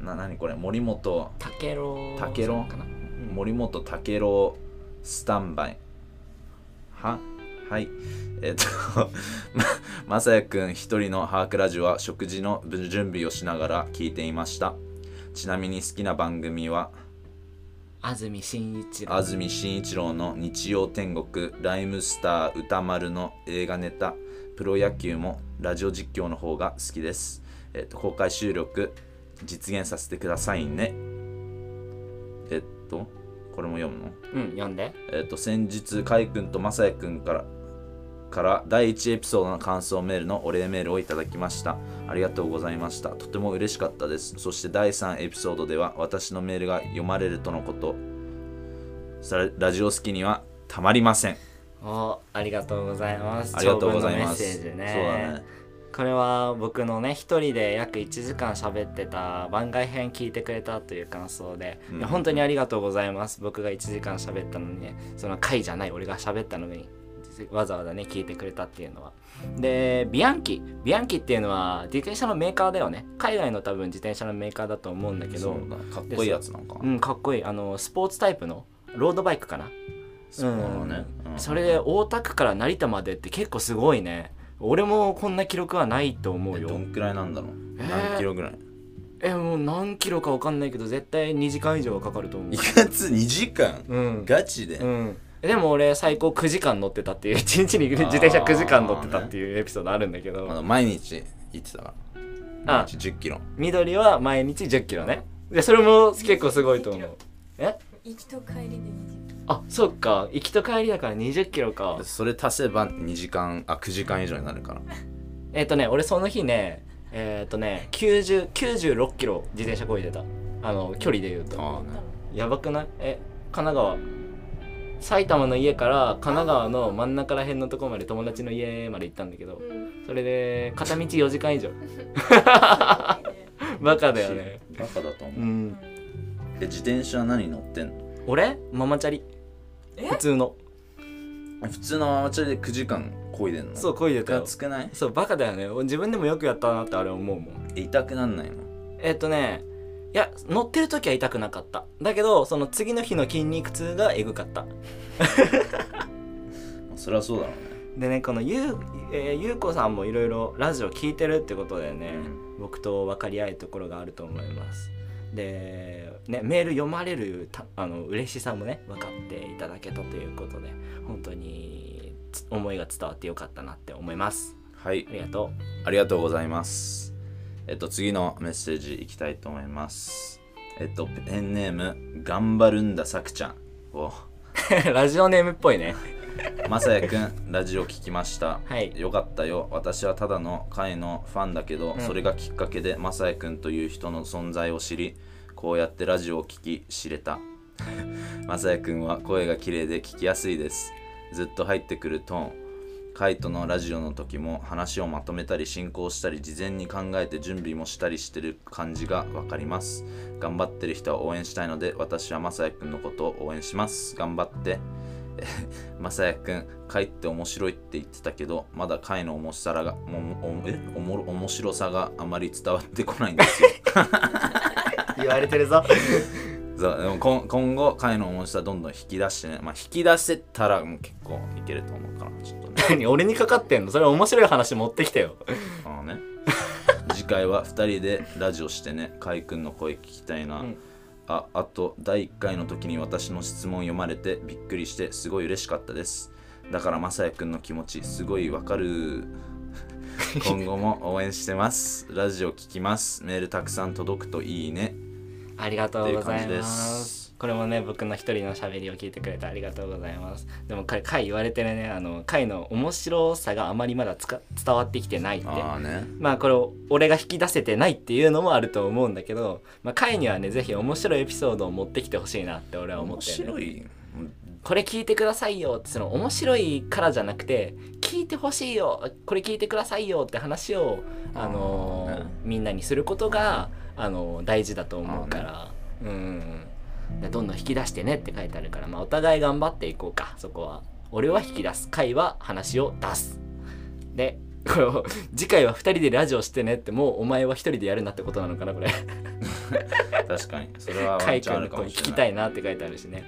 Speaker 3: な何これ森本
Speaker 1: タケロ
Speaker 3: タケロ
Speaker 1: かな
Speaker 3: 森本武郎スタンバイははいえっと [LAUGHS] ままさやくん一人のハークラジオは食事の準備をしながら聞いていましたちなみに好きな番組は
Speaker 1: 安住紳一郎
Speaker 3: 安住紳一郎の日曜天国ライムスター歌丸の映画ネタプロ野球もラジオ実況の方が好きです、えっと、公開収録実現させてくださいねえっとこれも読むの
Speaker 1: うん読んで
Speaker 3: えっと先日、カイ君とマサヤ君からから第1エピソードの感想メールのお礼メールをいただきました。ありがとうございました。とても嬉しかったです。そして第3エピソードでは私のメールが読まれるとのこと。さらラジオ好きにはたまりません。
Speaker 1: おありがとうございます
Speaker 3: ありがとうございます。
Speaker 1: 長文のメッセージね
Speaker 3: そうだね。
Speaker 1: これは僕のね一人で約1時間喋ってた番外編聞いてくれたという感想で、
Speaker 3: うん
Speaker 1: いや本当にありがとうございます僕が1時間喋ったのにねその回じゃない俺が喋ったのにわざわざね聞いてくれたっていうのはでビアンキビアンキっていうのは自転車のメーカーだよね海外の多分自転車のメーカーだと思うんだけど
Speaker 3: そうだかっこいいやつなんかな。
Speaker 1: うんかっこいいあのスポーツタイプのロードバイクかな
Speaker 3: そうだね。うん
Speaker 1: それで大田区から成田までって結構すごいね俺もこんな記録はないと思う
Speaker 3: え
Speaker 1: よ
Speaker 3: どんくらいなんだろう、
Speaker 1: えー
Speaker 3: 何キロぐらい
Speaker 1: えもう何キロか分かんないけど絶対2時間以上はかかると思う
Speaker 3: 月2時間
Speaker 1: うん
Speaker 3: ガチで
Speaker 1: うんでも俺最高9時間乗ってたっていう1 [LAUGHS] 日に自転車9時間乗ってたっていうエピソードあるんだけ
Speaker 3: あの
Speaker 1: ど
Speaker 3: 毎日行ってたから。
Speaker 1: あ
Speaker 3: 毎日10キロ。
Speaker 1: 緑は毎日1 0キロねでそれも結構すごいと思うえ
Speaker 4: 行きと帰りで20
Speaker 1: あそっか行きと帰りだから2 0キロか
Speaker 3: でそれ足せば2時間あ9時間以上になるから
Speaker 1: えっ、とね俺その日ねえっ、とね90 96キロ自転車こいでたあの距離で言うと
Speaker 3: ああね
Speaker 1: やばくないえ神奈川埼玉の家から神奈川の真ん中ら辺のとこまで友達の家まで行ったんだけど
Speaker 4: うん。
Speaker 1: それで片道4時間以上バカだよね
Speaker 3: バカだと思
Speaker 1: [LAUGHS]
Speaker 3: う、
Speaker 1: うん
Speaker 3: え自転車何乗ってんの
Speaker 1: 俺ママチャリ
Speaker 2: え
Speaker 1: 普通の
Speaker 3: 普通のママチャリで9時間こいでんの
Speaker 1: そうこいでた
Speaker 3: が
Speaker 1: よ
Speaker 3: つくない
Speaker 1: そうバカだよね俺自分でもよくやったなってあれ思うもん
Speaker 3: え痛くなんないの
Speaker 1: えっ、とねいや乗ってる時は痛くなかっただけどその次の日の筋肉痛がえぐかった
Speaker 3: まあそりゃそうだろうね
Speaker 1: でねこのゆう,、えーゆうこさんもいろいろラジオ聞いてるってことでね、僕と分かり合えるところがあると思いますで、ね、メール読まれるたあの嬉しさもね分かっていただけたということで本当につ思いが伝わってよかったなって思います
Speaker 3: はい
Speaker 1: ありがと
Speaker 3: ありがとうございます。えっと、次のメッセージいきたいと思います。えっと、ペンネーム、頑張るんださくちゃん。お
Speaker 1: う [LAUGHS] ラジオネームっぽいね
Speaker 3: まさやくん、ラジオ聞きました。
Speaker 1: はい
Speaker 3: よかったよ。私はただの会のファンだけど、
Speaker 1: うん
Speaker 3: それがきっかけでまさやくんという人の存在を知り、こうやってラジオを聞き知れた。 [LAUGHS] まさやくんは声が綺麗で聞きやすいです。ずっと入ってくるトーン。カイトのラジオの時も話をまとめたり進行したり事前に考えて準備もしたりしてる感じがわかります頑張ってる人は応援したいので私はまさやくんのことを応援します頑張ってえまさやくんカイって面白いって言ってたけどまだカイの面白さがももえおもろ面白さがあまり伝わってこないんですよ [LAUGHS]
Speaker 1: 言われてるぞ
Speaker 3: そうでもこん今後カイの面白さどんどん引き出してねまあ引き出せたらもう結構いけると思うからちょっとね
Speaker 1: [LAUGHS] 何俺にかかってんのそれ面白い話持ってきたよ
Speaker 3: あのね [LAUGHS] 次回は2人でラジオしてねかいくんの声聞きたいな、
Speaker 1: うん
Speaker 3: ああと第1回の時に私の質問読まれてびっくりしてすごい嬉しかったですだからまさやくんの気持ちすごいわかる今後も応援してますラジオ聞きますメールたくさん届くといいね
Speaker 1: ありがとうござ
Speaker 3: っ
Speaker 1: い
Speaker 3: ていう感じで
Speaker 1: ます
Speaker 3: す。
Speaker 1: これもね僕の一人の喋りを聞いてくれてありがとうございます。でもか回言われてるねあの回の面白さがあまりまだつか伝わってきてないって。
Speaker 3: ああね
Speaker 1: まあこれを俺が引き出せてないっていうのもあると思うんだけど、まあ、回にはねぜひ面白いエピソードを持ってきてほしいなって俺は思っ
Speaker 3: 面
Speaker 1: てる、
Speaker 3: 白
Speaker 1: ね、
Speaker 3: い
Speaker 1: これ聞いてくださいよってその面白いからじゃなくて聞いてほしいよこれ聞いてくださいよって話を、あのー
Speaker 3: うん
Speaker 1: みんなにすることが、あのー大事だと思うから、うんでどんどん引き出してねって書いてあるから、まあ、お互い頑張っていこうかそこは俺は引き出す会は話を出すでこれを次回は2人でラジオしてねってもうお前は1人でやるなってことなのかなこれ
Speaker 3: 確かにそれはワ
Speaker 1: カ
Speaker 3: ン
Speaker 1: イ
Speaker 3: チャンあ
Speaker 1: 君の
Speaker 3: るか
Speaker 1: 声
Speaker 3: も
Speaker 1: 聞
Speaker 3: しれ
Speaker 1: き
Speaker 3: な
Speaker 1: た
Speaker 3: い
Speaker 1: いなって書いてあるしね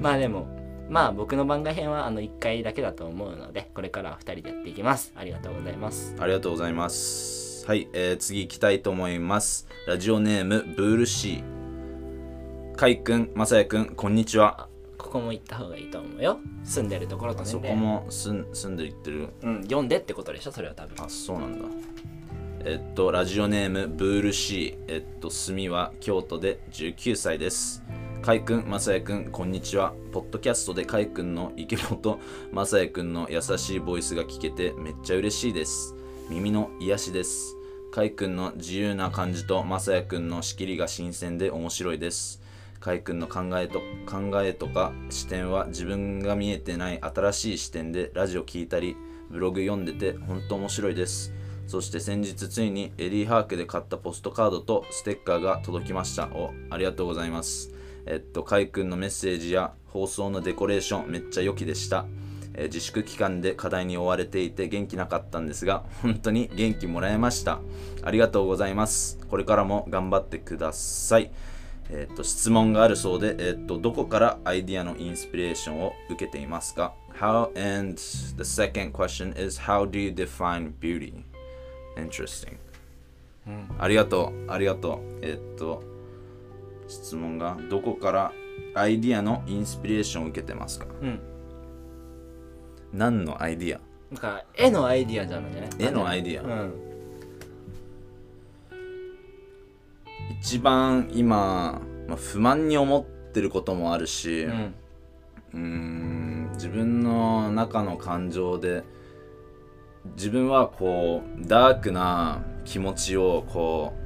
Speaker 1: まあでもまあ僕の番外編はあの1回だけだと思うのでこれからは2人でやっていきますありがとうございます
Speaker 3: ありがとうございます。はい、えー次行きたいと思います。ラジオネーム、ブールシー。かいくん、まさやくん、こんにちは。
Speaker 1: ここも行った方がいいと思うよ住んでるところと
Speaker 3: あ
Speaker 1: 年
Speaker 3: そ
Speaker 1: 齢
Speaker 3: こも住ん住んでいってる。
Speaker 1: うん読んでってことでしょそれは多分
Speaker 3: あ、そうなんだ。えっと、ラジオネーム、ブールシー。えっと、住みは京都で19歳です。かいくん、まさやくん、こんにちは。ポッドキャストでかいくんのイケボと、まさやくんの優しいボイスが聞けてめっちゃ嬉しいです。耳の癒しです。かいくんの自由な感じと、まさやくんの仕切りが新鮮で面白いです。かいくんの考えと考えとか視点は自分が見えてない新しい視点でラジオ聞いたりブログ読んでて本当面白いですそして先日ついにエリー・ハークで買ったポストカードとステッカーが届きましたおありがとうございますえっとかいくんのメッセージや放送のデコレーションめっちゃ良きでしたえー自粛期間で課題に追われていて元気なかったんですが本当に元気もらえましたありがとうございますこれからも頑張ってくださいえーっと質問があるそうで、えーっとどこからアイディアのインスピレーションを受けていますか ?How and the second question is how do you define beauty? Interesting、ありがとう、ありがとう。えーっと質問がどこからアイディアのインスピレーションを受けてますか
Speaker 1: うん
Speaker 3: 何のアイディア
Speaker 1: だから絵のアイディアじゃないんじゃない
Speaker 3: 絵のアイディア、
Speaker 1: うん
Speaker 3: 一番今、まあ、不満に思ってることもあるし、
Speaker 1: うん
Speaker 3: うーん自分の中の感情で自分はこうダークな気持ちをこう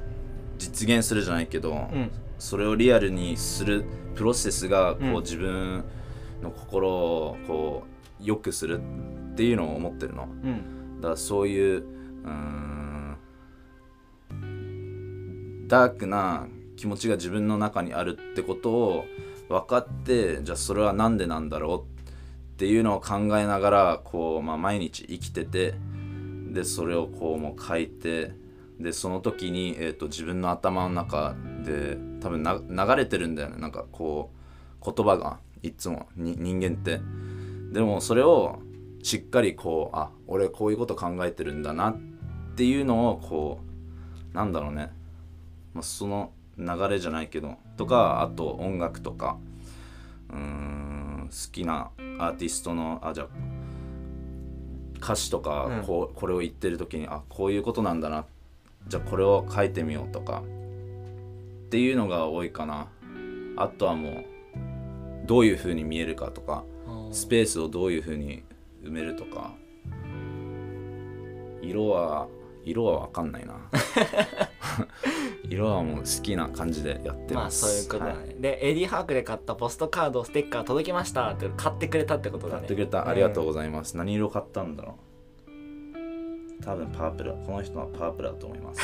Speaker 3: 実現するじゃないけど、
Speaker 1: うん
Speaker 3: それをリアルにするプロセスがこう、
Speaker 1: うん
Speaker 3: 自分の心をこう良くするっていうのを思ってるの。
Speaker 1: うん
Speaker 3: だからそういううーんダークな気持ちが自分の中にあるってことを分かってじゃあそれは何でなんだろうっっていうのを考えながらこう、まあ、毎日生きててでそれをこうもう書いてでその時に、えー、と自分の頭の中で多分な流れてるんだよねなんかこう言葉がいつもに人間ってでもそれをしっかりこうあ俺こういうこと考えてるんだなっていうのをこうなんだろうね、まあ、その流れじゃないけどとかあと音楽とかうーん好きなアーティストのあじゃあ歌詞と
Speaker 1: う
Speaker 3: か
Speaker 1: ん
Speaker 3: こう、これを言ってる時にあこういうことなんだなじゃあこれを書いてみようとかっていうのが多いかなあとはもうどういう風に見えるかとかスペースをどういう風に埋めるとか色は色は分かんない
Speaker 1: [LAUGHS]
Speaker 3: な色はもう好きな感じでやって
Speaker 1: ま
Speaker 3: ま
Speaker 1: あ
Speaker 3: す
Speaker 1: そういうことだね、でエディ・ハークで買ったポストカードステッカー届きましたって買ってくれたってことだ
Speaker 3: 買っ
Speaker 1: ね
Speaker 3: てくれたありがとうございます、何色買ったんだろう多分パープルこの人はパープルだと思います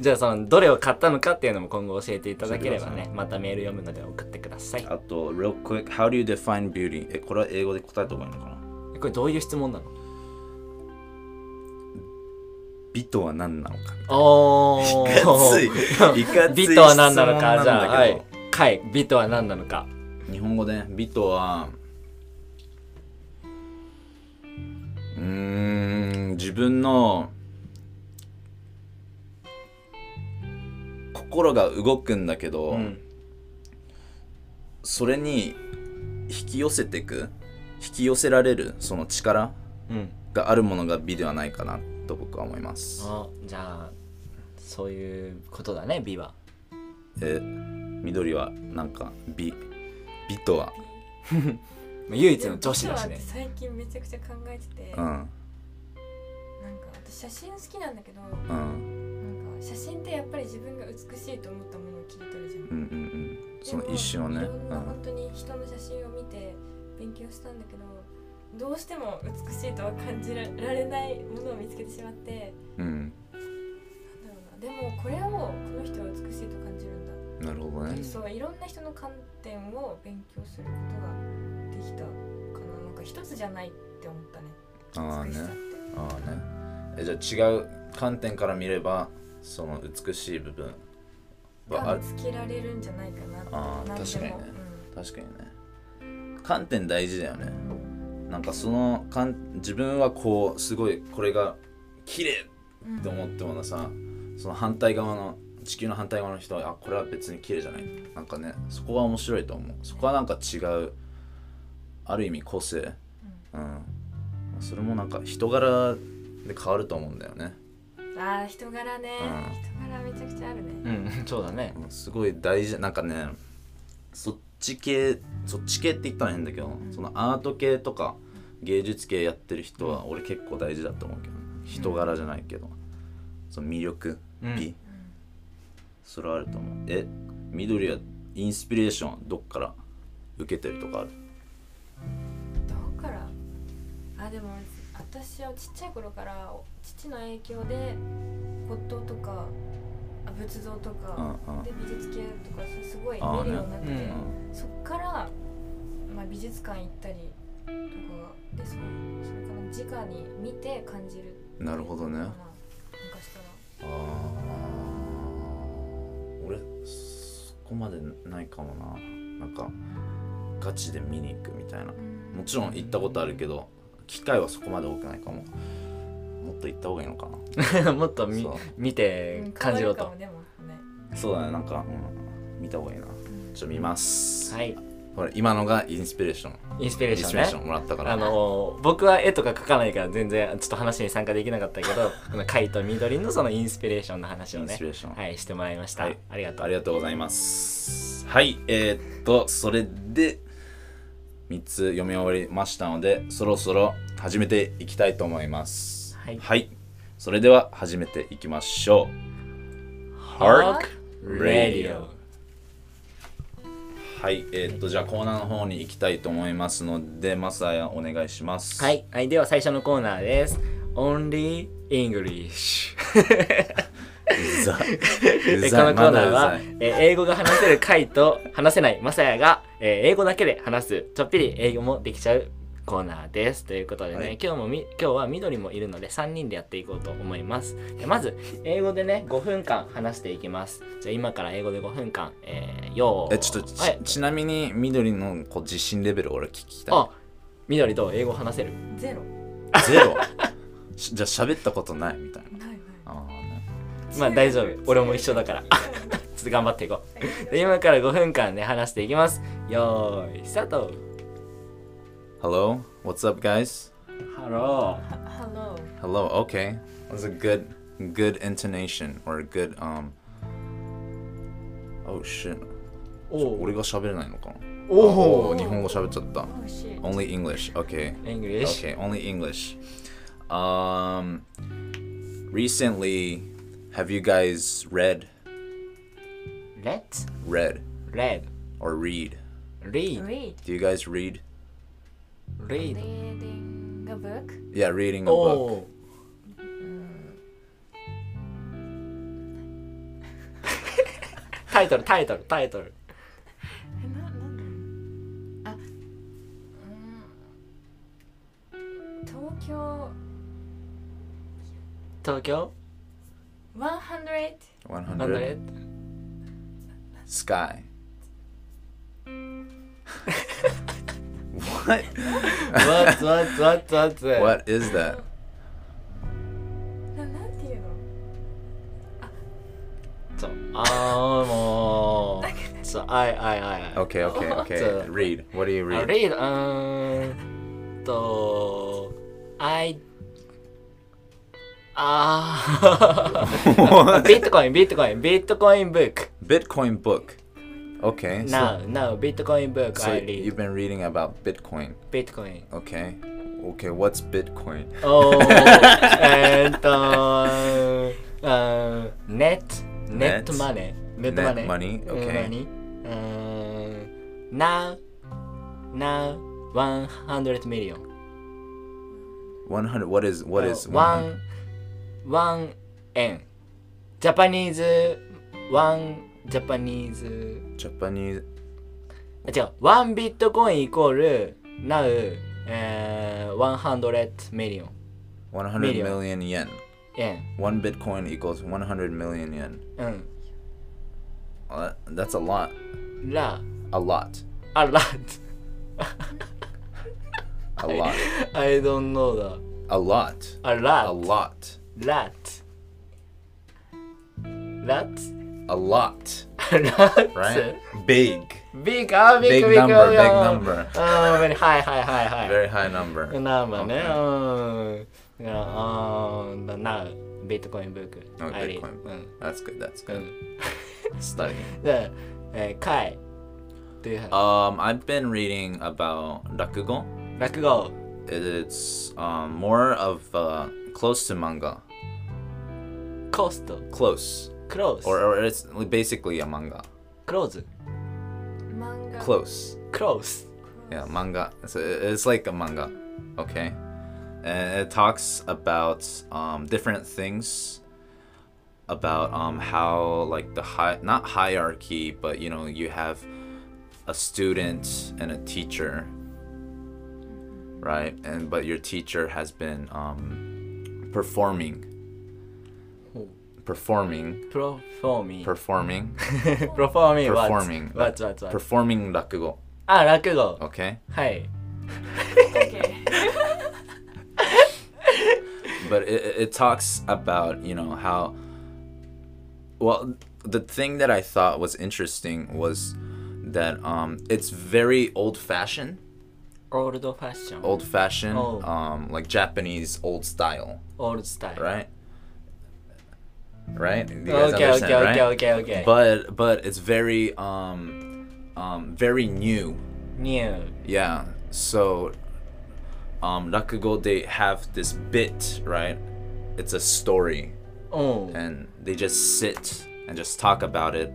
Speaker 1: じゃあそのどれを買ったのかっていうのも今後教えていただければ
Speaker 3: 教えてくだ
Speaker 1: ね
Speaker 3: さ
Speaker 1: またメール読むので送ってください
Speaker 3: あと real quick how do you define beauty えこれは英語で答えた方がいいのかな
Speaker 1: これどういう質問なの
Speaker 3: 美とは何なのか
Speaker 1: お
Speaker 3: いかついいかつい
Speaker 1: 美とは何なのか
Speaker 3: 質問んだけど
Speaker 1: じゃあはい解美とは何なのか
Speaker 3: 日本語でね美とはうーん自分の心が動くんだけど、
Speaker 1: うん
Speaker 3: それに引き寄せてく引き寄せられるその力
Speaker 1: うん
Speaker 3: があるものが美ではないかなと僕は思います
Speaker 1: あじゃあそういうことだね美は
Speaker 3: え緑はなんか美美とは
Speaker 1: 唯一の女子だし
Speaker 4: でも
Speaker 1: ね
Speaker 4: 実は最近めちゃくちゃ考えてて、
Speaker 3: う
Speaker 4: なんか
Speaker 3: ん
Speaker 4: 私写真好きなんだけどなんか
Speaker 3: うん
Speaker 4: 写真ってやっぱり自分が美しいと思ったものを切り取るじゃん
Speaker 3: うんうんうんその一瞬をね
Speaker 4: でもいろん
Speaker 3: う
Speaker 4: なん本当に人の写真を見て勉強したんだけどどうしても美しいとは感じられないものを見つけてしまって
Speaker 3: うん
Speaker 4: なんだろうなでもこれをこの人は美しいと感じるんだっ
Speaker 3: なるほど
Speaker 4: て
Speaker 3: ね
Speaker 4: そういろんな人の観点を勉強することができたかななんか一つじゃないって思ったね
Speaker 3: ああ
Speaker 4: 美し
Speaker 3: ね
Speaker 4: さって
Speaker 3: ああねえじゃあ違う観点から見ればその美しい部分はあ
Speaker 4: が
Speaker 3: る
Speaker 4: つけられるんじゃないかなって
Speaker 3: あ
Speaker 4: 何
Speaker 3: ー
Speaker 4: でも
Speaker 3: 確かにね確かにね観点大事だよねなんかそのか自分はこうすごいこれが綺麗
Speaker 4: うん
Speaker 3: って思ってものさその反対側の地球の反対側の人はあこれは別に綺麗じゃないなんかねそこは面白いと思うそこはなんか違うある意味個性うんそれもなんか人柄で変わると思うんだよね
Speaker 4: うんあー人柄ね
Speaker 3: うん
Speaker 4: 人柄めちゃくちゃあるね
Speaker 1: うんそうだね
Speaker 3: うんすごい大事なんかねそっち系そっち系って言ったら変だけどそのアート系とか芸術系やってる人は俺結構大事だと思うけど人柄じゃないけどその魅力
Speaker 1: うん
Speaker 3: 美、それはあると思うえ緑はインスピレーションどっから受けてるとかある
Speaker 4: どうからあでも私はちっちゃい頃からお父の影響で骨董とかあ仏像とか、
Speaker 3: うんうん
Speaker 4: で美術系とかそうすごい
Speaker 3: あーね
Speaker 4: 見るようになってて、
Speaker 1: うん
Speaker 4: そっから、まあ、美術館行ったりとかでそうそれから直に見て感じる
Speaker 3: なるほどね
Speaker 4: なんかしたら
Speaker 3: あー俺そこまでないかもななんかガチで見に行くみたいなもちろん行ったことあるけど機会はそこまで多くないかももっと行った方がいいのかな
Speaker 1: もっとみ
Speaker 3: そ
Speaker 1: 見て
Speaker 4: うん
Speaker 1: 感じようと
Speaker 4: 変わるかもでもね
Speaker 3: そうだねなんか、うん、見た方がいいなちょっと見ます、
Speaker 1: はい
Speaker 3: ほら今のがインスピレーション
Speaker 1: インスピレー
Speaker 3: イン
Speaker 1: シ
Speaker 3: ス
Speaker 1: ョ
Speaker 3: ピレーシ
Speaker 1: ン
Speaker 3: ョ
Speaker 1: ね
Speaker 3: ンもらったから
Speaker 1: あの僕は絵とか描かないから全然ちょっと話に参加できなかったけど [LAUGHS] この貝と緑のそのインスピレーションの話
Speaker 3: イ
Speaker 1: を
Speaker 3: ン
Speaker 1: ね
Speaker 3: スピレーション、
Speaker 1: はいしてもらいました、
Speaker 3: はい
Speaker 1: ありがと
Speaker 3: あ
Speaker 1: う
Speaker 3: りがとうございますはいえー、っとそれで3つ読み終わりましたのでそろそろ始めていきたいと思います
Speaker 1: はい
Speaker 3: それでは始めていきましょう Hark Radio はいえー、っとじゃあコーナーの方に行きたいと思いますのでマサヤお願いします
Speaker 1: はい、はい、では
Speaker 3: [LAUGHS]
Speaker 1: 最初のコーナーです Only English
Speaker 3: ざ
Speaker 1: え
Speaker 3: う
Speaker 1: こ
Speaker 3: ざ
Speaker 1: の
Speaker 3: い
Speaker 1: コーナ
Speaker 3: まだ
Speaker 1: ー
Speaker 3: う
Speaker 1: は
Speaker 3: ざい、
Speaker 1: えー英語が話せる回と話せないマサヤが、えー英語だけで話すちょっぴり英語もできちゃうコーナーですということでね、
Speaker 3: はい
Speaker 1: 今日もみ今日は緑もいるので3人でやっていこうと思いますえーまず英語でね5分間話していきますじゃあ今から英語で5分間えー、よー
Speaker 3: えちょっとち,、
Speaker 1: はい
Speaker 3: ちなみに緑のこう自信レベル俺聞きた
Speaker 1: あ緑どう英語話せる
Speaker 2: ゼロ
Speaker 3: いゼロしじゃあ喋ったことないみたいな
Speaker 2: ないない
Speaker 3: あー
Speaker 1: まあ大丈夫俺も一緒だ
Speaker 4: [LAUGHS]
Speaker 1: からちょっと頑張っていこうで今から5分間ね話していきますよーいスタート
Speaker 3: Hello what's up guys
Speaker 1: ハロー
Speaker 2: Hello
Speaker 3: Hello okay that was a good good intonation or a good um oh shit
Speaker 1: お
Speaker 3: 俺が喋れないのかな
Speaker 1: お
Speaker 3: ー日本語喋っちゃった
Speaker 4: 美味しい
Speaker 3: Only English okay
Speaker 1: English
Speaker 3: Okay, only English. Um, recently, have you guys read,
Speaker 1: Let
Speaker 3: read,
Speaker 1: read
Speaker 3: or read?
Speaker 1: read
Speaker 4: read
Speaker 3: Do you guys read?
Speaker 1: read
Speaker 4: reading a book
Speaker 3: Yeah, reading a
Speaker 1: Oh.
Speaker 3: book.
Speaker 1: おタイトルタイトルタイトル
Speaker 2: えななんだあ
Speaker 4: 東京
Speaker 1: 東京
Speaker 4: 100
Speaker 3: 100.
Speaker 1: 100
Speaker 3: Sky. [LAUGHS] what?
Speaker 1: What what what what
Speaker 3: What is that?
Speaker 4: ななんていうの
Speaker 1: ちょあーもうちょあいあいあいあい
Speaker 3: Okay, okay, okay.
Speaker 1: So-
Speaker 3: Read. What do you
Speaker 1: あ
Speaker 3: read?
Speaker 1: read うーんと I あ
Speaker 3: [LAUGHS]
Speaker 1: ービットコインビットコインビットコインブック
Speaker 3: Bitcoin book. Okay. So,
Speaker 1: Now now ビットコインブック
Speaker 3: so
Speaker 1: I read
Speaker 3: you've been reading about Bitcoin.
Speaker 1: ビットコイン
Speaker 3: Okay. Okay, what's Bitcoin?
Speaker 1: おー [LAUGHS] えーっとあーネットネットマネーネットマネー
Speaker 3: Net money, okay.
Speaker 1: うん何うーん now now 100 million
Speaker 3: 100 what is
Speaker 1: Oh,
Speaker 3: what is 100?
Speaker 1: 1 1円ジャパニーズ1ジャパニーズ
Speaker 3: Japanese
Speaker 1: あ違う1ビットコインイコール now えー100 million
Speaker 3: 100
Speaker 1: Million.
Speaker 3: million yen.
Speaker 1: 円
Speaker 3: One bitcoin equals 100 million yen.
Speaker 1: う
Speaker 3: Uh, that's a lot.
Speaker 1: んら
Speaker 3: A lot.
Speaker 1: あら
Speaker 3: A lot.
Speaker 1: [LAUGHS] I don't know that
Speaker 3: A lot.
Speaker 1: A
Speaker 3: A
Speaker 1: rat.
Speaker 3: lot.
Speaker 1: Rat. [LAUGHS] Rat.
Speaker 3: A lot.
Speaker 1: Rat.
Speaker 3: Right? Big.
Speaker 1: Big, ah, big,
Speaker 3: Big
Speaker 1: big,
Speaker 3: number,
Speaker 1: oh,
Speaker 3: big number.
Speaker 1: Oh, very high, high, high, high.
Speaker 3: Very high number.
Speaker 1: number,
Speaker 3: Okay.
Speaker 1: ne? Oh, yeah, oh, the now Bitcoin book.
Speaker 3: Oh,
Speaker 1: I read.
Speaker 3: Bitcoin.
Speaker 1: うん
Speaker 3: That's good. That's
Speaker 1: う
Speaker 3: good.
Speaker 1: ん
Speaker 3: Studying.
Speaker 1: で、えー、会 Do you have
Speaker 3: Um, I've been reading about rakugo.
Speaker 1: 落語
Speaker 3: It's um, more of uh, close to manga.
Speaker 1: cost
Speaker 3: Close.
Speaker 1: close
Speaker 3: Or, or it's basically a manga.
Speaker 1: close
Speaker 4: 漫画
Speaker 3: Close.
Speaker 1: close
Speaker 3: Yeah, manga. So it- it's like a manga, okay? And it talks about um, different things about um, how like the hi- not hierarchy, but you know you have a student and a teacher, right? And but your teacher has been um, performing,
Speaker 1: Oh.
Speaker 3: performing,
Speaker 1: performing [LAUGHS]
Speaker 3: performing,
Speaker 1: performing what?
Speaker 3: performing.
Speaker 1: what what what
Speaker 3: [LAUGHS] performing rakugo,
Speaker 1: あ落語
Speaker 3: okay?
Speaker 1: はい。
Speaker 3: but it, it it talks about you know how well the thing that i thought was interesting was that um it's very old fashioned
Speaker 1: オールドファッション
Speaker 3: old fashioned
Speaker 1: Oh.
Speaker 3: um like japanese old style
Speaker 1: オールスタイル
Speaker 3: right right you guys
Speaker 1: Okay,
Speaker 3: understand,
Speaker 1: okay, okay,
Speaker 3: right?
Speaker 1: okay, okay.
Speaker 3: but but it's very um um very new
Speaker 1: New.
Speaker 3: Yeah. So, um, rakugo they have this bit, right? It's a story,
Speaker 1: Oh.
Speaker 3: and they just sit and just talk about it.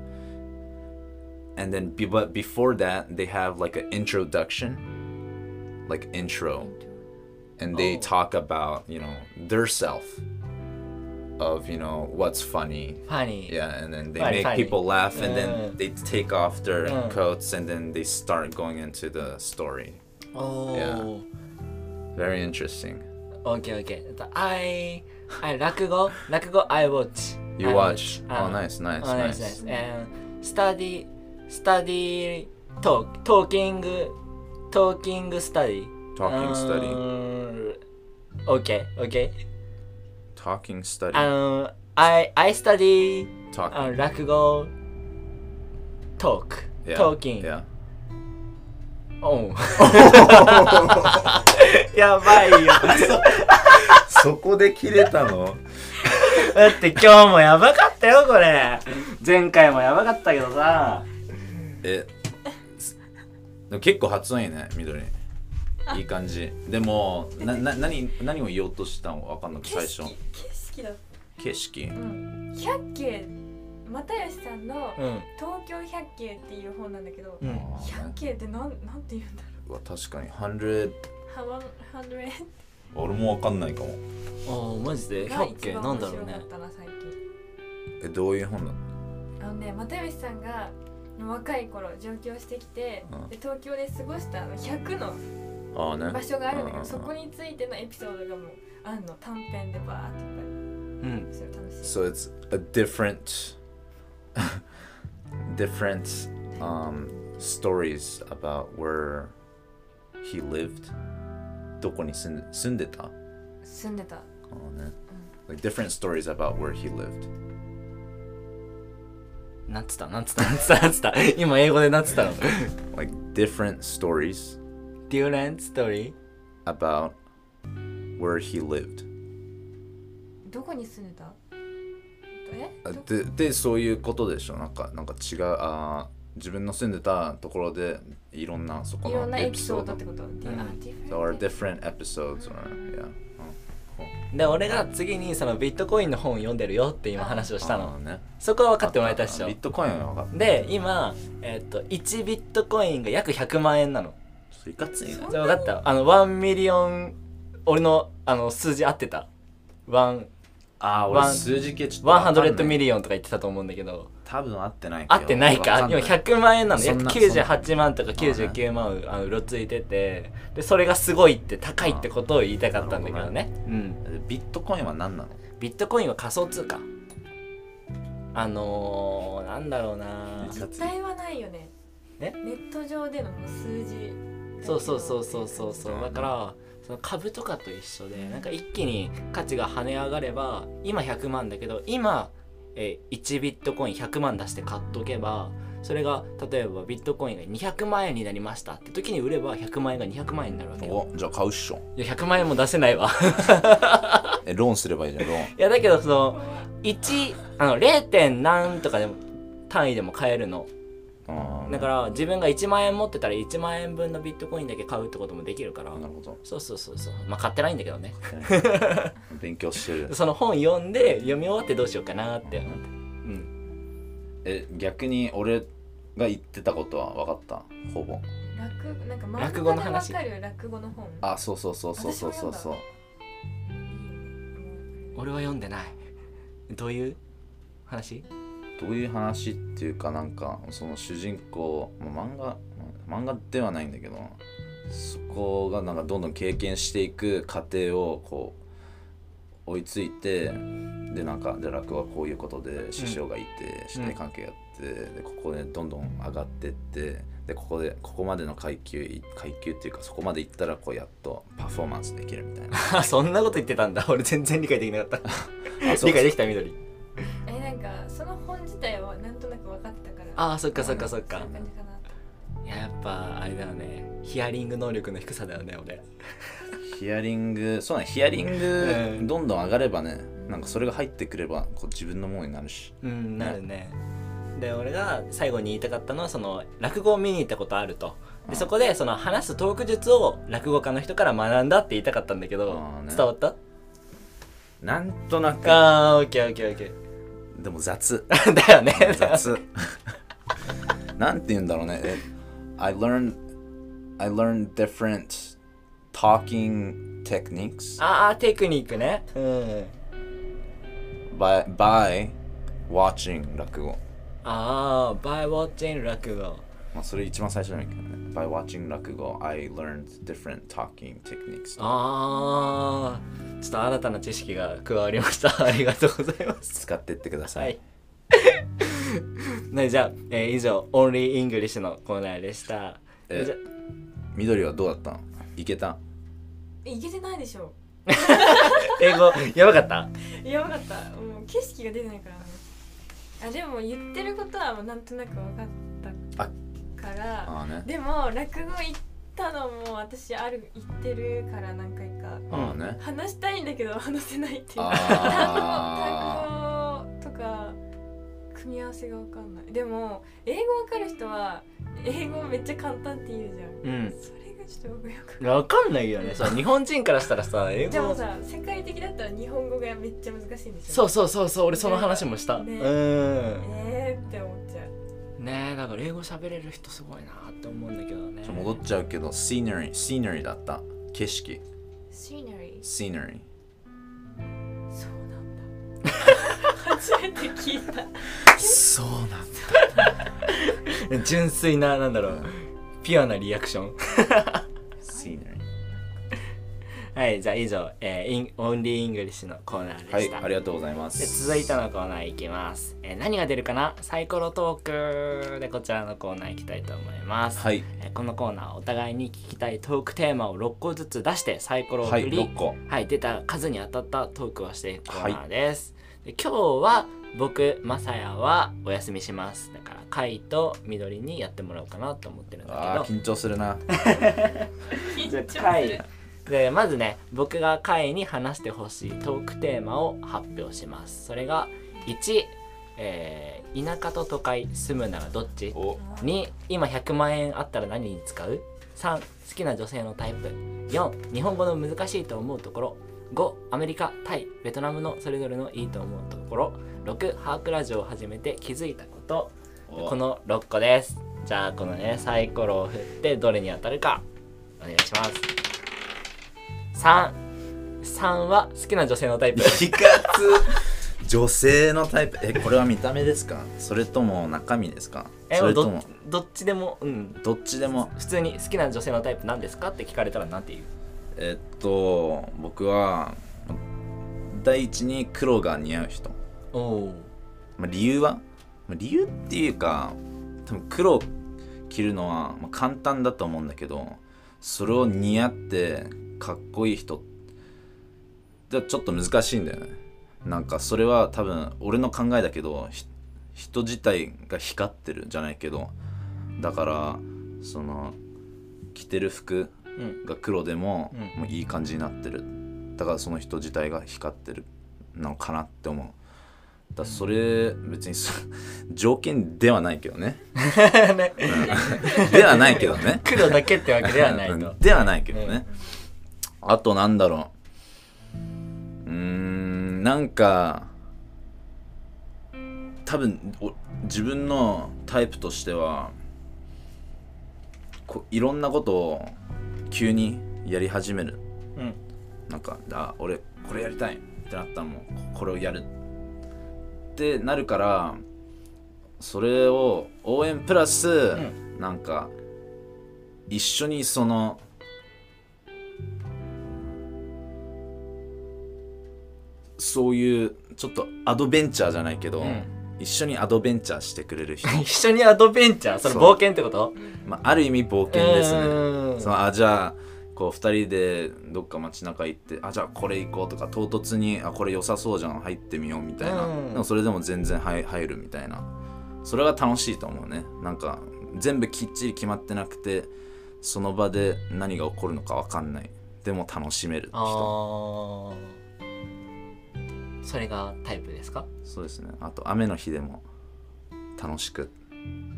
Speaker 3: And then, be, but before that, they have like an introduction, like intro, and they
Speaker 1: Oh.
Speaker 3: talk about you know their self. of you know what's funny
Speaker 1: ファニー
Speaker 3: Yeah, and then they
Speaker 1: Funny,
Speaker 3: make
Speaker 1: funny.
Speaker 3: people laugh, and
Speaker 1: Yeah.
Speaker 3: then they take off their
Speaker 1: Yeah.
Speaker 3: coats, and then they start going into the story.
Speaker 1: おー
Speaker 3: Very interesting.
Speaker 1: OK OK えっと I I 落語落語 I watch
Speaker 3: You
Speaker 1: I
Speaker 3: watch.
Speaker 1: I
Speaker 3: Oh, nice, nice,
Speaker 1: Oh, nice,
Speaker 3: nice.
Speaker 1: nice. And study, study, talk, talking, talking, study.
Speaker 3: Talking study.
Speaker 1: Um, okay, okay.
Speaker 3: Talking study.
Speaker 1: Um, I I study uh,
Speaker 3: Talking.
Speaker 1: rakugo. Talk,
Speaker 3: Yeah.
Speaker 1: talking.
Speaker 3: Yeah. [LAUGHS]
Speaker 1: おう [LAUGHS] やばいよ。
Speaker 3: そこで切れたの
Speaker 1: だって今日もやばかったよこれ。前回もやばかったけどさ。
Speaker 3: [LAUGHS] えすでも結構発音いいね緑いい感じでもなな何何を言おうとしたの分かんなくて最初
Speaker 4: 景色だ
Speaker 3: 景色
Speaker 4: うん百景又吉さんの
Speaker 1: うん。
Speaker 4: 「東京百景」っていう本なんだけど
Speaker 1: うん。
Speaker 4: 百景ってなんなんて言うんだろ
Speaker 3: うわ確かに100
Speaker 4: うハワンハンドレン
Speaker 3: 俺も分かんないかも
Speaker 1: おおマジで
Speaker 4: が
Speaker 1: 百景
Speaker 4: 一番
Speaker 1: な
Speaker 4: 面
Speaker 1: んだ
Speaker 4: 白
Speaker 1: ろう
Speaker 4: か
Speaker 1: ね
Speaker 4: っ。たな最近
Speaker 3: えどういう本なの
Speaker 4: あのね又吉さんが若い頃上京してきて、
Speaker 3: うん
Speaker 4: で東京で過ごしたあの100の
Speaker 3: ああね
Speaker 4: 場所があるんだけ
Speaker 3: うんうんう
Speaker 4: ど
Speaker 3: ん
Speaker 4: そこについてのエピソードがもうあんの短編でバーっていっぱい
Speaker 1: うん。
Speaker 4: それ楽しい
Speaker 3: So it's a different [LAUGHS] different um stories about where he lived どこに住ん住んでた
Speaker 4: 住んでた
Speaker 3: Oh, man. Like different stories about where he lived.
Speaker 1: なんつったなんつったなんつったなんつった今英語でなんつったの
Speaker 3: Like different stories
Speaker 1: ?Different story?
Speaker 3: about where he lived.
Speaker 4: どこに住んでたえ
Speaker 3: あ
Speaker 4: ど
Speaker 3: ででそういうことでしょなんかなんか違うあー自分の住んでたところでいろんなそこ
Speaker 4: いろん
Speaker 3: の
Speaker 4: な
Speaker 3: エ
Speaker 4: エ
Speaker 3: ピ
Speaker 4: ピ
Speaker 3: ソ
Speaker 4: ソ
Speaker 3: ー
Speaker 4: ー
Speaker 3: ド
Speaker 4: ドってこと、で
Speaker 1: うん
Speaker 4: あ different
Speaker 3: or different episodes or yeah
Speaker 1: で俺が次にそのビットコインの本を読んでるよって今話をした
Speaker 3: あー
Speaker 1: の
Speaker 3: ね
Speaker 1: そこは分かってもらえたっし
Speaker 3: あ
Speaker 1: ょ
Speaker 3: ビットコインは分かっ
Speaker 1: で今、えっと1ビットコインが約100万円なの
Speaker 3: たそれいかついな
Speaker 1: じゃ分かったあの1ミリオン俺のあの数字合ってた1ワ
Speaker 3: あー俺
Speaker 1: ン
Speaker 3: 数字系ちょっと分かんない
Speaker 1: 100ミリオンとか言ってたと思うんだけど
Speaker 3: 多分合ってないけど
Speaker 1: 合ってないか
Speaker 3: 分
Speaker 1: 今
Speaker 3: んない
Speaker 1: 100万円なの
Speaker 3: そん
Speaker 1: 約
Speaker 3: な
Speaker 1: 98万とか99万をあのうろついててでそれがすごいって高いってことを言いたかったんだけどねうん
Speaker 3: ビットコインは何なの
Speaker 1: ビットコインは仮想通貨あのー、なんだろうな
Speaker 4: 実体はないよね
Speaker 1: え
Speaker 4: ネット上でのもう数字
Speaker 1: そうそうそうそうそうそう
Speaker 3: うん
Speaker 1: だからその株とかと一緒でなんか一気に価値が跳ね上がれば今100万だけど今、えー1ビットコイン100万出して買っとけばそれが例えばビットコインが200万円になりましたって時に売れば100万円が200万円になるわけよ
Speaker 3: おじゃあ買うっしょ
Speaker 1: いや100万円も出せないわ [LAUGHS]
Speaker 3: えローンすればいいじゃんローン
Speaker 1: いやだけどその1あの 0. 点何とかでも単位でも買えるの
Speaker 3: あー
Speaker 1: だから自分が1万円持ってたら1万円分のビットコインだけ買うってこともできるから
Speaker 3: なるほ [LAUGHS] ど
Speaker 1: そうそうそうそうまあ買ってないんだけどね
Speaker 3: 勉強してる
Speaker 1: その本読んで読み終わってどうしようかなって思ってうん
Speaker 3: え逆に俺が言ってたことは分かったほぼ
Speaker 4: 落なんか
Speaker 1: 落語の話
Speaker 4: 漫画でわかる落語の本
Speaker 3: あそうそうそうそうそうそうそう
Speaker 1: 俺は読んでないどういう話
Speaker 3: どういう話っていうかなんかその主人公まあ漫画まあ漫画ではないんだけどそこがなんかどんどん経験していく過程をこう追いついてでなんかで楽はこういうことで師匠がいて師弟関係があってでここでどんどん上がってってでここでここまでの階級い階級っていうかそこまでいったらこうやっとパフォーマンスできるみたいな
Speaker 1: あ [LAUGHS] そんなこと言ってたんだ俺全然理解できなかった [LAUGHS]
Speaker 3: あそう
Speaker 1: 理解できた緑
Speaker 4: えなんかその本自体はなんとなく分かってたから
Speaker 1: ああそっかそっかそっ
Speaker 4: そうい
Speaker 1: か
Speaker 4: う感じかない
Speaker 1: ややっぱあれだよねヒアリング能力の低さだよね俺
Speaker 3: ヒアリングそうねヒアリン
Speaker 1: う
Speaker 3: グ
Speaker 1: ん
Speaker 3: どんどん上がればねなんかそれが入ってくればこう自分のものになるし
Speaker 1: うんなるねで俺が最後に言いたかったのはその落語を見に行ったことあるとでそこでその話すトーク術を落語家の人から学んだって言いたかったんだけど
Speaker 3: あーね
Speaker 1: 伝わった
Speaker 3: なんとなく
Speaker 1: あーオッケーオッケーオッケ
Speaker 3: でも雑
Speaker 1: ー [LAUGHS] だよね [LAUGHS]
Speaker 3: 雑なんて言うんだろうねえ I learned I learned different talking techniques
Speaker 1: ああテクニックねうん
Speaker 3: by, by watching 落語。
Speaker 1: ああ、by watching 落語。
Speaker 3: まあ、それ一番最初なんだけどね。by watching 落語、I learned different talking techniques.
Speaker 1: ああ、ちょっと新たな知識が加わりました。 [LAUGHS] ありがとうございます。
Speaker 3: 使ってってくださ。
Speaker 1: はいい。ね、じゃあ、えー以上、Only English のコーナーでした。
Speaker 3: え
Speaker 1: じゃ
Speaker 3: 緑はどうだったのいけた
Speaker 4: えいけてないでしょ
Speaker 1: 英語、やばかった
Speaker 4: やばかったもう景色が出てないからあでも言ってることはもうなんとなく分かったから
Speaker 3: ああね。
Speaker 4: でも落語行ったのも私ある行ってるから何回か
Speaker 3: ああね。
Speaker 4: 話したいんだけど話せないっていう
Speaker 3: あ
Speaker 4: 単語単語とか組み合わせが分かんないでも英語分かる人は英語めっちゃ簡単って言うじゃん
Speaker 1: うん。
Speaker 4: それがちょっとよくわかんない
Speaker 1: わかんないよね。そう、日本人からしたらさ、英
Speaker 4: でも
Speaker 1: 語。
Speaker 4: さ世界的だったら日本語がめっちゃ難しいんでしょ
Speaker 1: そうそうそうそう、俺その話もした。
Speaker 4: ね
Speaker 1: うん。
Speaker 4: えーって思っちゃう
Speaker 1: ねえ、だから英語喋れる人すごいなって思うんだけどね。
Speaker 3: ー戻っちゃうけど、scenery、scenery だった。景色、
Speaker 4: scenery
Speaker 3: scenery。
Speaker 4: そうなんだ初めて聞いた
Speaker 3: そうなんだ。
Speaker 1: 純粋な、なんだろう、ピュアなリアクション。
Speaker 3: scenery。
Speaker 1: はい、じゃあ以上、えー、インオンリーイングリッシュのコーナー
Speaker 3: は
Speaker 1: でし
Speaker 3: い、
Speaker 1: た。
Speaker 3: ありがとうございま。
Speaker 1: です続いてのコーナーいきます、えー何が出るかなサイコロトークでこちらのコーナーいきたいと思います、
Speaker 3: はい、
Speaker 1: えーこのコーナーはお互いに聞きたいトークテーマを6個ずつ出してサイコロを
Speaker 3: は
Speaker 1: 振
Speaker 3: い、
Speaker 1: り、
Speaker 3: 六個。
Speaker 1: はい、出た数に当たったトークをしていくコーナーです。で今日は僕、まさやはお休みします。だから、カイと緑にやってもらおうかなと思ってるん
Speaker 3: あ
Speaker 1: だ
Speaker 3: あ、
Speaker 1: け
Speaker 3: 緊張するな。
Speaker 4: 緊
Speaker 1: ど。
Speaker 4: 張
Speaker 1: じゃ
Speaker 4: する
Speaker 1: あ、カイ。で、まずね、僕がカイに話してほしいトークテーマを発表します。それが、1、えー田舎と都会、住むならどっち
Speaker 3: お、
Speaker 1: 2今100万円あったら何に使う ?3 好きな女性のタイプ4日本語の難しいと思うところ5アメリカタイベトナムのそれぞれのいいと思うところ6ハークラジオを始めて気づいたことこ
Speaker 3: お
Speaker 1: の6個ですじゃあこのねサイコロを振ってどれに当たるかお願いします33は好きな女性のタイプ
Speaker 3: いかつ。女性のタイプ、え、これは見た目ですか。それとも中身ですか。
Speaker 1: え
Speaker 3: それと
Speaker 1: ど
Speaker 3: も、
Speaker 1: どっちでもうん
Speaker 3: どっちでも、
Speaker 1: 普通に好きな女性のタイプ何ですかって聞かれたら何て言う
Speaker 3: えっと、僕は。第一に黒が似合う人。
Speaker 1: おお
Speaker 3: まあ、理由は、まあ、理由っていうか多分黒を着るのは、まあ、簡単だと思うんだけどそれを似合ってかっこいい人でちょっと難しいんだよねなんかそれは多分俺の考えだけどひ人自体が光ってるじゃないけどだからその着てる服
Speaker 1: うん
Speaker 3: が黒でも,、
Speaker 1: うん
Speaker 3: もういい感じになってるだからその人自体が光ってるのかなって思うだからそれ別にそ [LAUGHS] 条件ではないけどね
Speaker 1: [LAUGHS] ね
Speaker 3: ではないけどね
Speaker 1: 黒だけってわけではないと
Speaker 3: ではないけどね、あとなんだろううーんなんか多分お自分のタイプとしてはこいろんなことを急にやり始める
Speaker 1: うん
Speaker 3: なんかあ俺これやりたいってなったらもうここれをやるってなるからそれを応援プラス、
Speaker 1: ん
Speaker 3: なんか一緒にそのそういうちょっとアドベンチャーじゃないけど、
Speaker 1: うん
Speaker 3: 一緒にアドベンチャーしてくれる人、
Speaker 1: [LAUGHS] 一緒にアドベンチャーそれ
Speaker 3: そう
Speaker 1: 冒険ってこと
Speaker 3: まあ、ある意味冒険ですね。
Speaker 1: ね
Speaker 3: そのあじゃあこう2人でどっか街中行ってあじゃあこれ行こうとか唐突にあこれ良さそうじゃん入ってみようみたいな、
Speaker 1: うん
Speaker 3: でもそれでも全然入入るみたいなそれが楽しいと思うねなんか全部きっちり決まってなくてその場で何が起こるのか分かんないでも楽しめる
Speaker 1: あ
Speaker 3: 人
Speaker 1: ーそれがタイプですか
Speaker 3: そうですねあと雨の日でも楽しく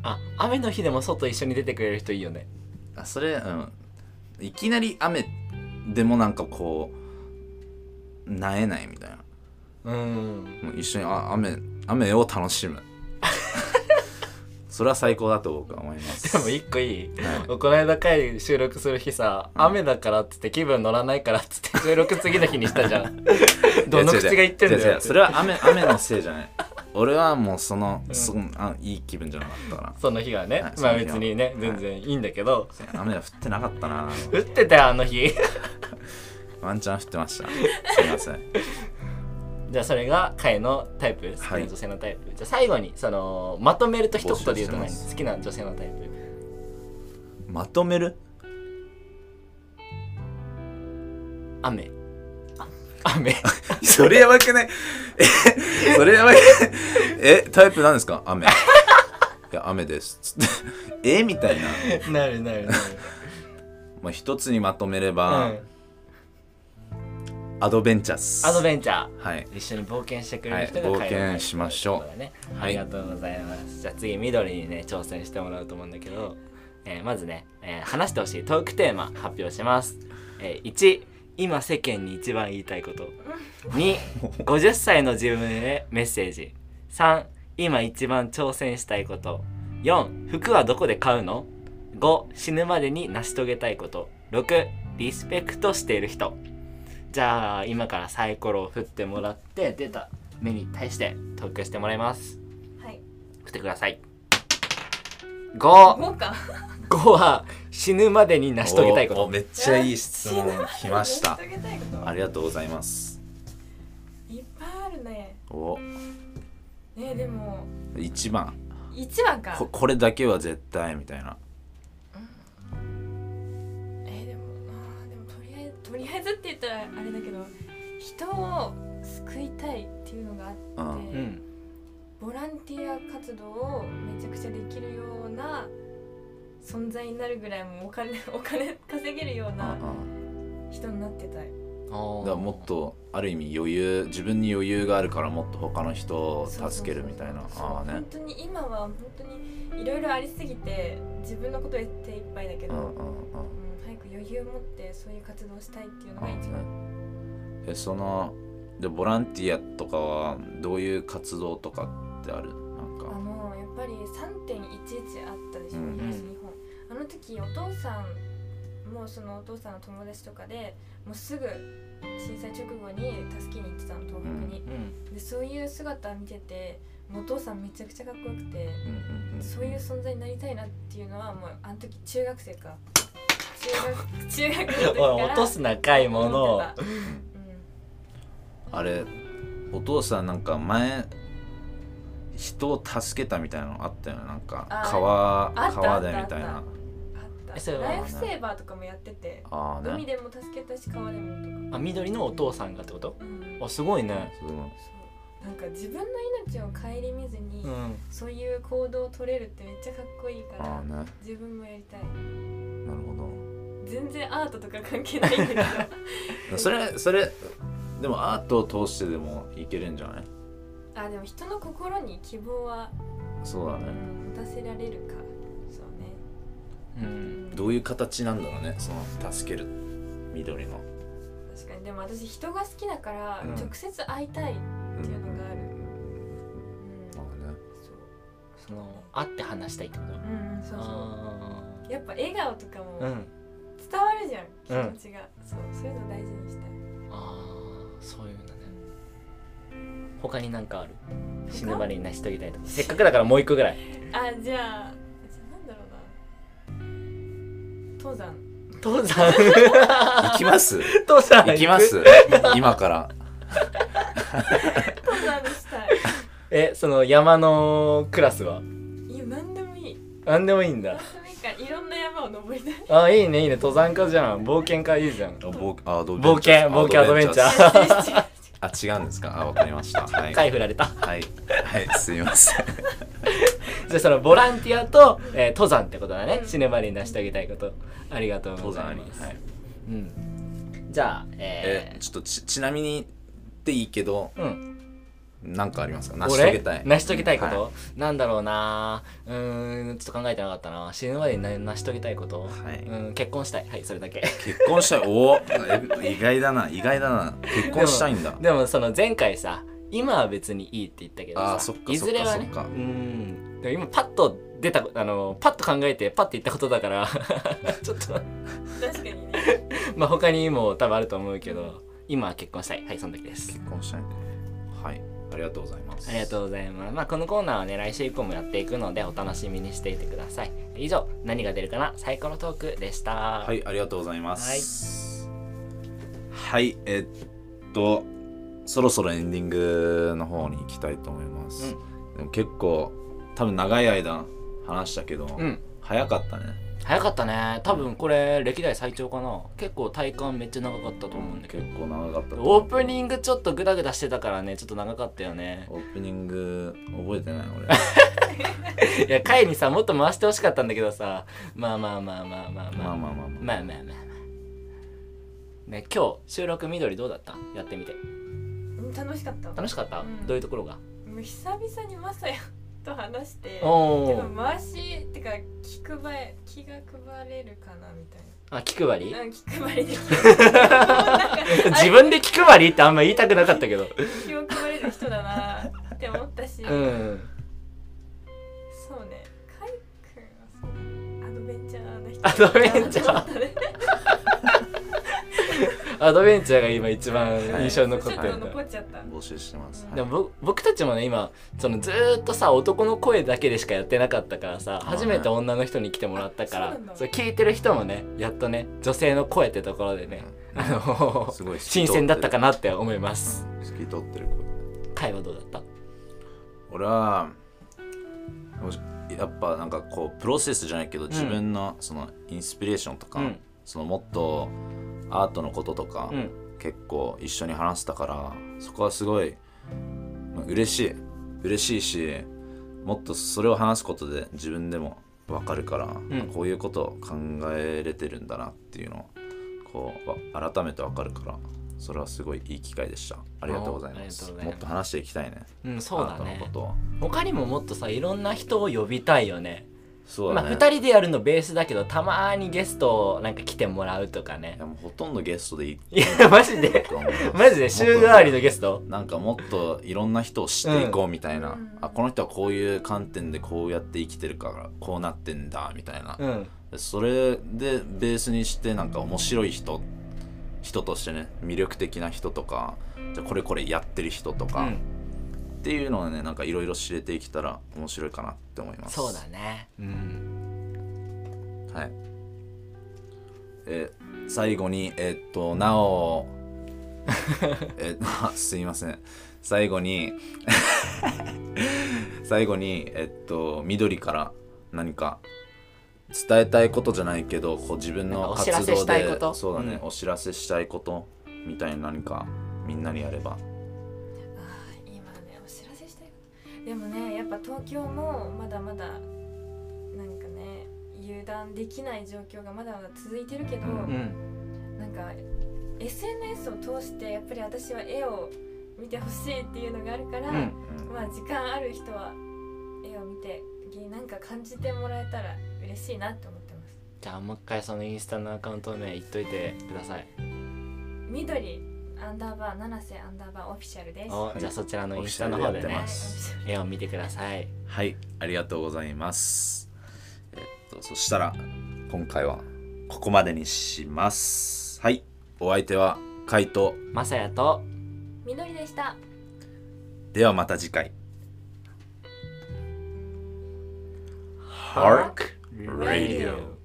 Speaker 1: あ雨の日でも外一緒に出てくれる人いいよね
Speaker 3: あそれ、うん、いきなり雨でもなんかこうなえないみたいな
Speaker 1: うん
Speaker 3: もう一緒にあ雨雨を楽しむそそれは最高だと僕は思います
Speaker 1: でも一個いい
Speaker 3: は
Speaker 1: こ
Speaker 3: い
Speaker 1: の間回収録する日さ雨だからっつって気分乗らないからっつって収録次の日にしたじゃ
Speaker 3: [LAUGHS]
Speaker 1: ん [LAUGHS] どの口が言ってんだよ
Speaker 3: いや違う違う違うそれは雨雨のせいじゃない俺はもうその、そんあいい気分じゃなかったか
Speaker 1: その日がね、
Speaker 3: はい
Speaker 1: まあ
Speaker 3: その日は
Speaker 1: 別にね全然いいんだけど、
Speaker 3: ら雨は降ってなかったな
Speaker 1: 打ってたよあの日
Speaker 3: ワンチャン降ってましたすいません
Speaker 1: じゃあそれが彼のタイプ好きな女性のタイプ、じゃあ最後にそのまとめると一言で言うと
Speaker 3: 募集
Speaker 1: 何
Speaker 3: してます
Speaker 1: 好きな女性のタイプ
Speaker 3: まと
Speaker 1: [LAUGHS]
Speaker 3: める
Speaker 1: 雨
Speaker 3: [LAUGHS]
Speaker 1: 雨
Speaker 3: それや
Speaker 1: [LAUGHS]
Speaker 3: ばくないえそれやばくないえタイプなんですか雨いや雨ですつってえみたいな
Speaker 1: なるなるなる、
Speaker 3: まあ一つにまとめれ
Speaker 1: う
Speaker 3: ば、
Speaker 1: ん、
Speaker 3: アドベンチャース
Speaker 1: アドベンチャー
Speaker 3: はい
Speaker 1: 一緒に冒険してくれる人が
Speaker 3: はい
Speaker 1: 海外
Speaker 3: 冒険しましょう
Speaker 1: ということでねあ
Speaker 3: はい
Speaker 1: りがとうございます。じゃあ次緑にね挑戦してもらうと思うんだけど、えーまずね、えー話してほしいトークテーマ発表します。えー、1今世間に一番言いたい
Speaker 3: [LAUGHS]
Speaker 1: こと。2 50歳の自分へメッセージ。3今一番挑戦したいこと。4服はどこで買うの ?5 死ぬまでに成し遂げたいこと。6リスペクトしている人。じゃあ今からサイコロを振ってもらって出た目に対してトークしてもらいます
Speaker 4: はい
Speaker 1: 振ってください55
Speaker 4: 豪華
Speaker 1: は死ぬまでに成し遂げたいこ
Speaker 3: おお
Speaker 1: と
Speaker 3: めっちゃいい質問来ました
Speaker 4: 成し遂げたいこと
Speaker 3: [LAUGHS] ありがとうございます
Speaker 4: いっぱいあるね
Speaker 3: お
Speaker 4: ねでも
Speaker 3: 一番
Speaker 4: 一番か
Speaker 3: ここれだけは絶対みたいな
Speaker 4: えーでもあーでもとりあえずとりあえずって言ったらあれだけど人を救いたいっていうのがあって、
Speaker 3: うん
Speaker 1: うん
Speaker 4: ボランティア活動をめちゃくちゃできるような存在になるぐらいもうお金 [LAUGHS] お金稼げるよう
Speaker 3: あ
Speaker 4: な人になってたい
Speaker 3: だからもっとある意味余裕自分に余裕があるからもっと他の人を助けるみたいな
Speaker 4: そう
Speaker 3: ああ
Speaker 4: 本
Speaker 3: ね
Speaker 4: 当に今は本当にいろいろありすぎて自分のことで手いっぱいだけ
Speaker 3: う
Speaker 4: ど、
Speaker 3: んうんう
Speaker 4: う
Speaker 3: ん
Speaker 4: ん早く余裕を持ってそういう活動をしたいっていうの
Speaker 3: う
Speaker 4: が
Speaker 3: ん
Speaker 4: 一番、
Speaker 3: うんえそのでボランティアとかはどういう活動とかってあるなん
Speaker 4: あ
Speaker 3: か
Speaker 4: のやっぱり3.11あったでしょ、
Speaker 3: うん
Speaker 4: 東日本あの時お父さんもうそのお父さんの友達とかでもうすぐ震災直後に助けに行ってたの東北に、
Speaker 1: うん
Speaker 4: でそういう姿見ててもうお父さんめちゃくちゃかっこよくて
Speaker 3: うんうんうん
Speaker 4: そういう存在になりたいなっていうのはもうあの時中学生か中学中学の時か
Speaker 1: [LAUGHS]
Speaker 4: ら
Speaker 1: おい落とすなかいもの
Speaker 4: 思
Speaker 1: を
Speaker 4: ってた
Speaker 3: あれお父さんなんか前人を助けたみたいなのあったよねなんか
Speaker 4: あ
Speaker 3: 川
Speaker 4: あった
Speaker 3: 川でみ
Speaker 4: あった
Speaker 3: いな
Speaker 4: うんあ
Speaker 1: え
Speaker 4: っ
Speaker 1: そ
Speaker 4: た
Speaker 1: れは
Speaker 4: ライフセーバーとかもやってて
Speaker 3: ああ
Speaker 4: 海
Speaker 3: ね
Speaker 4: でも助けたし川でもとか、
Speaker 1: あ緑のお父さんがってこと
Speaker 4: うん
Speaker 1: あすごいね
Speaker 3: すごい
Speaker 4: そうなんか自分の命を顧みずに、
Speaker 1: うん
Speaker 4: そういう行動を取れるってめっちゃかっこいいから、
Speaker 3: ああねなる
Speaker 4: 自分もやりたい
Speaker 3: ほど
Speaker 4: 全然アートとか関係ないんだ
Speaker 1: [LAUGHS]
Speaker 4: けど
Speaker 3: それそれでもアートを通してでもいけるんじゃない
Speaker 4: あでも人の心に希望は、
Speaker 3: そうだ
Speaker 4: うん
Speaker 3: ね
Speaker 4: 持たせられるかそう
Speaker 1: う
Speaker 4: ね
Speaker 1: ん
Speaker 3: どういう形なんだろうねその助ける緑の
Speaker 4: 確かにでも私人が好きだから
Speaker 1: うん
Speaker 4: 直接会いたい、っていうのがあるうん
Speaker 3: まあね
Speaker 4: そう
Speaker 1: その会って話したいってこと
Speaker 4: うんそうそ
Speaker 1: あ
Speaker 4: うやっぱ笑顔とかも
Speaker 1: ーう
Speaker 4: 伝
Speaker 1: ん
Speaker 4: わるじゃん、
Speaker 1: うん
Speaker 4: 気持ちがそうそういうの大事にしたい
Speaker 1: あーそういうのね他になんかある死ぬまでに成し遂げたいとかせっかくだからもう一個ぐらい
Speaker 4: あじゃあじゃあなんだろうな登山
Speaker 1: 父さん
Speaker 3: 行
Speaker 4: [LAUGHS]
Speaker 3: きます
Speaker 1: 父さん
Speaker 3: 行きます今から
Speaker 4: 登山したい
Speaker 1: えその山のクラスはい
Speaker 4: や何でも [LAUGHS] いい
Speaker 1: 何でもいいんだ
Speaker 4: 何でもいいからいろんな山を登りたい
Speaker 1: あいいねいいね登山家じゃん冒険家いいじゃん
Speaker 3: 冒あ冒
Speaker 1: 冒険冒険アドベンチャ
Speaker 3: ー
Speaker 1: ー
Speaker 4: 違う違う
Speaker 3: あ違うんですかあわかりましたはいは
Speaker 1: 回
Speaker 3: い
Speaker 1: 振られた
Speaker 3: はいすいません
Speaker 1: じゃあそのボランティアと、えー登山ってことだね
Speaker 4: うん
Speaker 1: 死ぬまでに成し遂げたいことありがとうございます
Speaker 3: はい
Speaker 1: うんじゃあ
Speaker 3: え
Speaker 1: え
Speaker 3: ちょっとちちなみにでいいけど
Speaker 1: ーうん
Speaker 3: なんかありますか成し遂
Speaker 1: 俺
Speaker 3: げたい
Speaker 1: 成し遂げたいこと、
Speaker 3: は
Speaker 1: なんだろうなうーんちょっと考えてなかったな死ぬまでにな成し遂げたいこと、
Speaker 3: はいう
Speaker 1: ーん結婚したいはいそれだけ [LAUGHS]
Speaker 3: 結婚したいおお意外だな意外だな結婚したいんだ
Speaker 1: でもその前回さ今は別にいいって言ったけど
Speaker 3: あ
Speaker 1: さ
Speaker 3: ーそっか
Speaker 1: いずれは
Speaker 3: そ
Speaker 1: ね
Speaker 3: っかそっか
Speaker 1: うんでも今パッと出たあのパッと考えてパッと言ったことだから [LAUGHS] ちょっと
Speaker 4: 確かにね
Speaker 1: まあ他にも多分あると思うけど今は結婚したいはいそんだけです
Speaker 3: 結婚したいねはいありがとうございます
Speaker 1: ありがとうございます。まあ、このコーナーはね、来週以降もやっていくので、お楽しみにしていてください。以上、何が出るかなサイコロトークでした。
Speaker 3: は
Speaker 1: はい。
Speaker 3: いありがとうございますはい、えっとそろそろエンディングの方に行きたいと思います、でも結構多分長い間話したけど、
Speaker 1: うん。
Speaker 3: 早かったね
Speaker 1: 早かったね。多分これ、歴代最長かな。結構体感めっちゃ長かったと思うんだけ
Speaker 3: 結
Speaker 1: ど。
Speaker 3: 構長かった
Speaker 1: オープニングちょっとグダグダしてたからね、ちょっと長かったよね。
Speaker 3: オープニング覚えてない
Speaker 1: [LAUGHS]
Speaker 3: 俺
Speaker 1: いや、回にさ、もっと回してほしかったんだけどさ、まあまあまあまあまあま
Speaker 3: ま
Speaker 1: あ。まあまあ
Speaker 3: あまあまあ、ま
Speaker 1: まあまあまあ。ね、今日、収録緑どうだったやってみて。
Speaker 4: うん楽しかった
Speaker 1: 楽しかった、
Speaker 4: うん
Speaker 1: どういうところが
Speaker 4: もう久々にマサヤと話して
Speaker 1: お
Speaker 4: て
Speaker 1: お
Speaker 4: か。回しってか気配え気が配れるかなみたい
Speaker 1: あ、気配り
Speaker 4: なうん気配りできる
Speaker 1: [LAUGHS] 自分で気配りってあんま言いたくなかったけど。
Speaker 4: 気を配れる人だなって思ったし、
Speaker 1: うん。
Speaker 4: そうねカイ君はそうアドベンチャーな人
Speaker 1: アドベンチャー
Speaker 4: だったね
Speaker 1: アドベンチャーが今一番
Speaker 4: [LAUGHS]
Speaker 3: はい
Speaker 1: 印象に残って
Speaker 4: ちょ
Speaker 1: る
Speaker 4: っ
Speaker 1: ん
Speaker 4: と
Speaker 1: だ。
Speaker 4: 残っちゃった
Speaker 3: あ、募集してます、はい
Speaker 1: でも僕僕たちもね今そのずーっとさ男の声だけでしかやってなかったからさ
Speaker 3: い
Speaker 1: 初めて女の人に来てもらったから
Speaker 4: あそうなんだ
Speaker 1: そう聞いてる人もねやっとね女性の声ってところでね、あの
Speaker 3: すごい
Speaker 1: 新鮮だったかなって思います
Speaker 3: 透き通ってる声
Speaker 1: 会はどうだった
Speaker 3: 俺はもしやっぱなんかこうプロセスじゃないけど自分のそのインスピレーションとか、
Speaker 1: うん
Speaker 3: そのもっとアートのこととか、
Speaker 1: うん
Speaker 3: 結構一緒に話したからそこはすごい、まあ、嬉しい嬉しいしもっとそれを話すことで自分でも分かるから、
Speaker 1: ん
Speaker 3: こういうことを考えれてるんだなっていうのをこうわ改めて分かるからそれはすごいいい機会でしたありがとうございます
Speaker 1: ありがとうござい
Speaker 3: も
Speaker 1: ます
Speaker 3: っと話していきたいね
Speaker 1: うんそう
Speaker 3: ア
Speaker 1: だ
Speaker 3: ートの
Speaker 1: ね
Speaker 3: ことを
Speaker 1: 他にももっとさいろんな人を呼びたいよね
Speaker 3: そう
Speaker 1: ま
Speaker 3: だ
Speaker 1: あ
Speaker 3: ね、
Speaker 1: 2人でやるのベースだけどたまーにゲストをなんか来てもらうとかね
Speaker 3: いやもうほとんどゲストでい
Speaker 1: い
Speaker 3: い
Speaker 1: やマジ
Speaker 3: [LAUGHS]
Speaker 1: で
Speaker 3: と思います
Speaker 1: マジで週替わりのゲスト
Speaker 3: なんかもっといろんな人を知っていこうみたいな、
Speaker 4: うん
Speaker 3: あこの人はこういう観点でこうやって生きてるからこうなってんだみたいな、
Speaker 1: うん
Speaker 3: それでベースにしてなんか面白い人人としてね魅力的な人とかじゃあこれこれやってる人と
Speaker 1: う
Speaker 3: か、っ
Speaker 1: ん
Speaker 3: ていうのをねなんかいろいろ知れていけたら面白いかなって思います
Speaker 1: そうだねうん
Speaker 3: はい。えー最後に、えーっと、
Speaker 1: [LAUGHS]
Speaker 3: なお、えーあすいません。最後に、 [LAUGHS] 最後に、えーっと、緑から何か伝えたいことじゃないけど、こう自分
Speaker 1: なん
Speaker 3: の
Speaker 1: かお知らせ
Speaker 3: 活動
Speaker 1: したいこ
Speaker 3: で
Speaker 1: と、
Speaker 3: そうだね、
Speaker 1: うん
Speaker 3: お知らせしたいことみたいな何かみんなにやれば。
Speaker 4: あー今ねお知らせしたいことでもねやっぱ東京もまだまだなんかね油断できない状況がまだまだ続いてるけど、
Speaker 3: うん
Speaker 1: うん
Speaker 4: なんか SNS を通してやっぱり私は絵を見てほしいっていうのがあるから、
Speaker 1: うん
Speaker 3: うん
Speaker 4: まあ時間ある人は絵を見てなんか感じてもらえたら嬉しいなって思ってます
Speaker 1: じゃあもう一回そのインスタのアカウント名言っといてください
Speaker 4: 緑アンダーバー七瀬アンダーバーオフィシャルです
Speaker 1: おじゃあそちらのインスタの方で
Speaker 3: オフィシャルでやって
Speaker 1: ね
Speaker 3: ま
Speaker 4: はい
Speaker 1: 絵を見てください
Speaker 3: はい、ありがとうございます。えっと、そしたら、今回はここまでにします。はい、お相手はカイト。
Speaker 1: まさやと
Speaker 4: 緑でした
Speaker 3: ではまた次回。Hark Radio.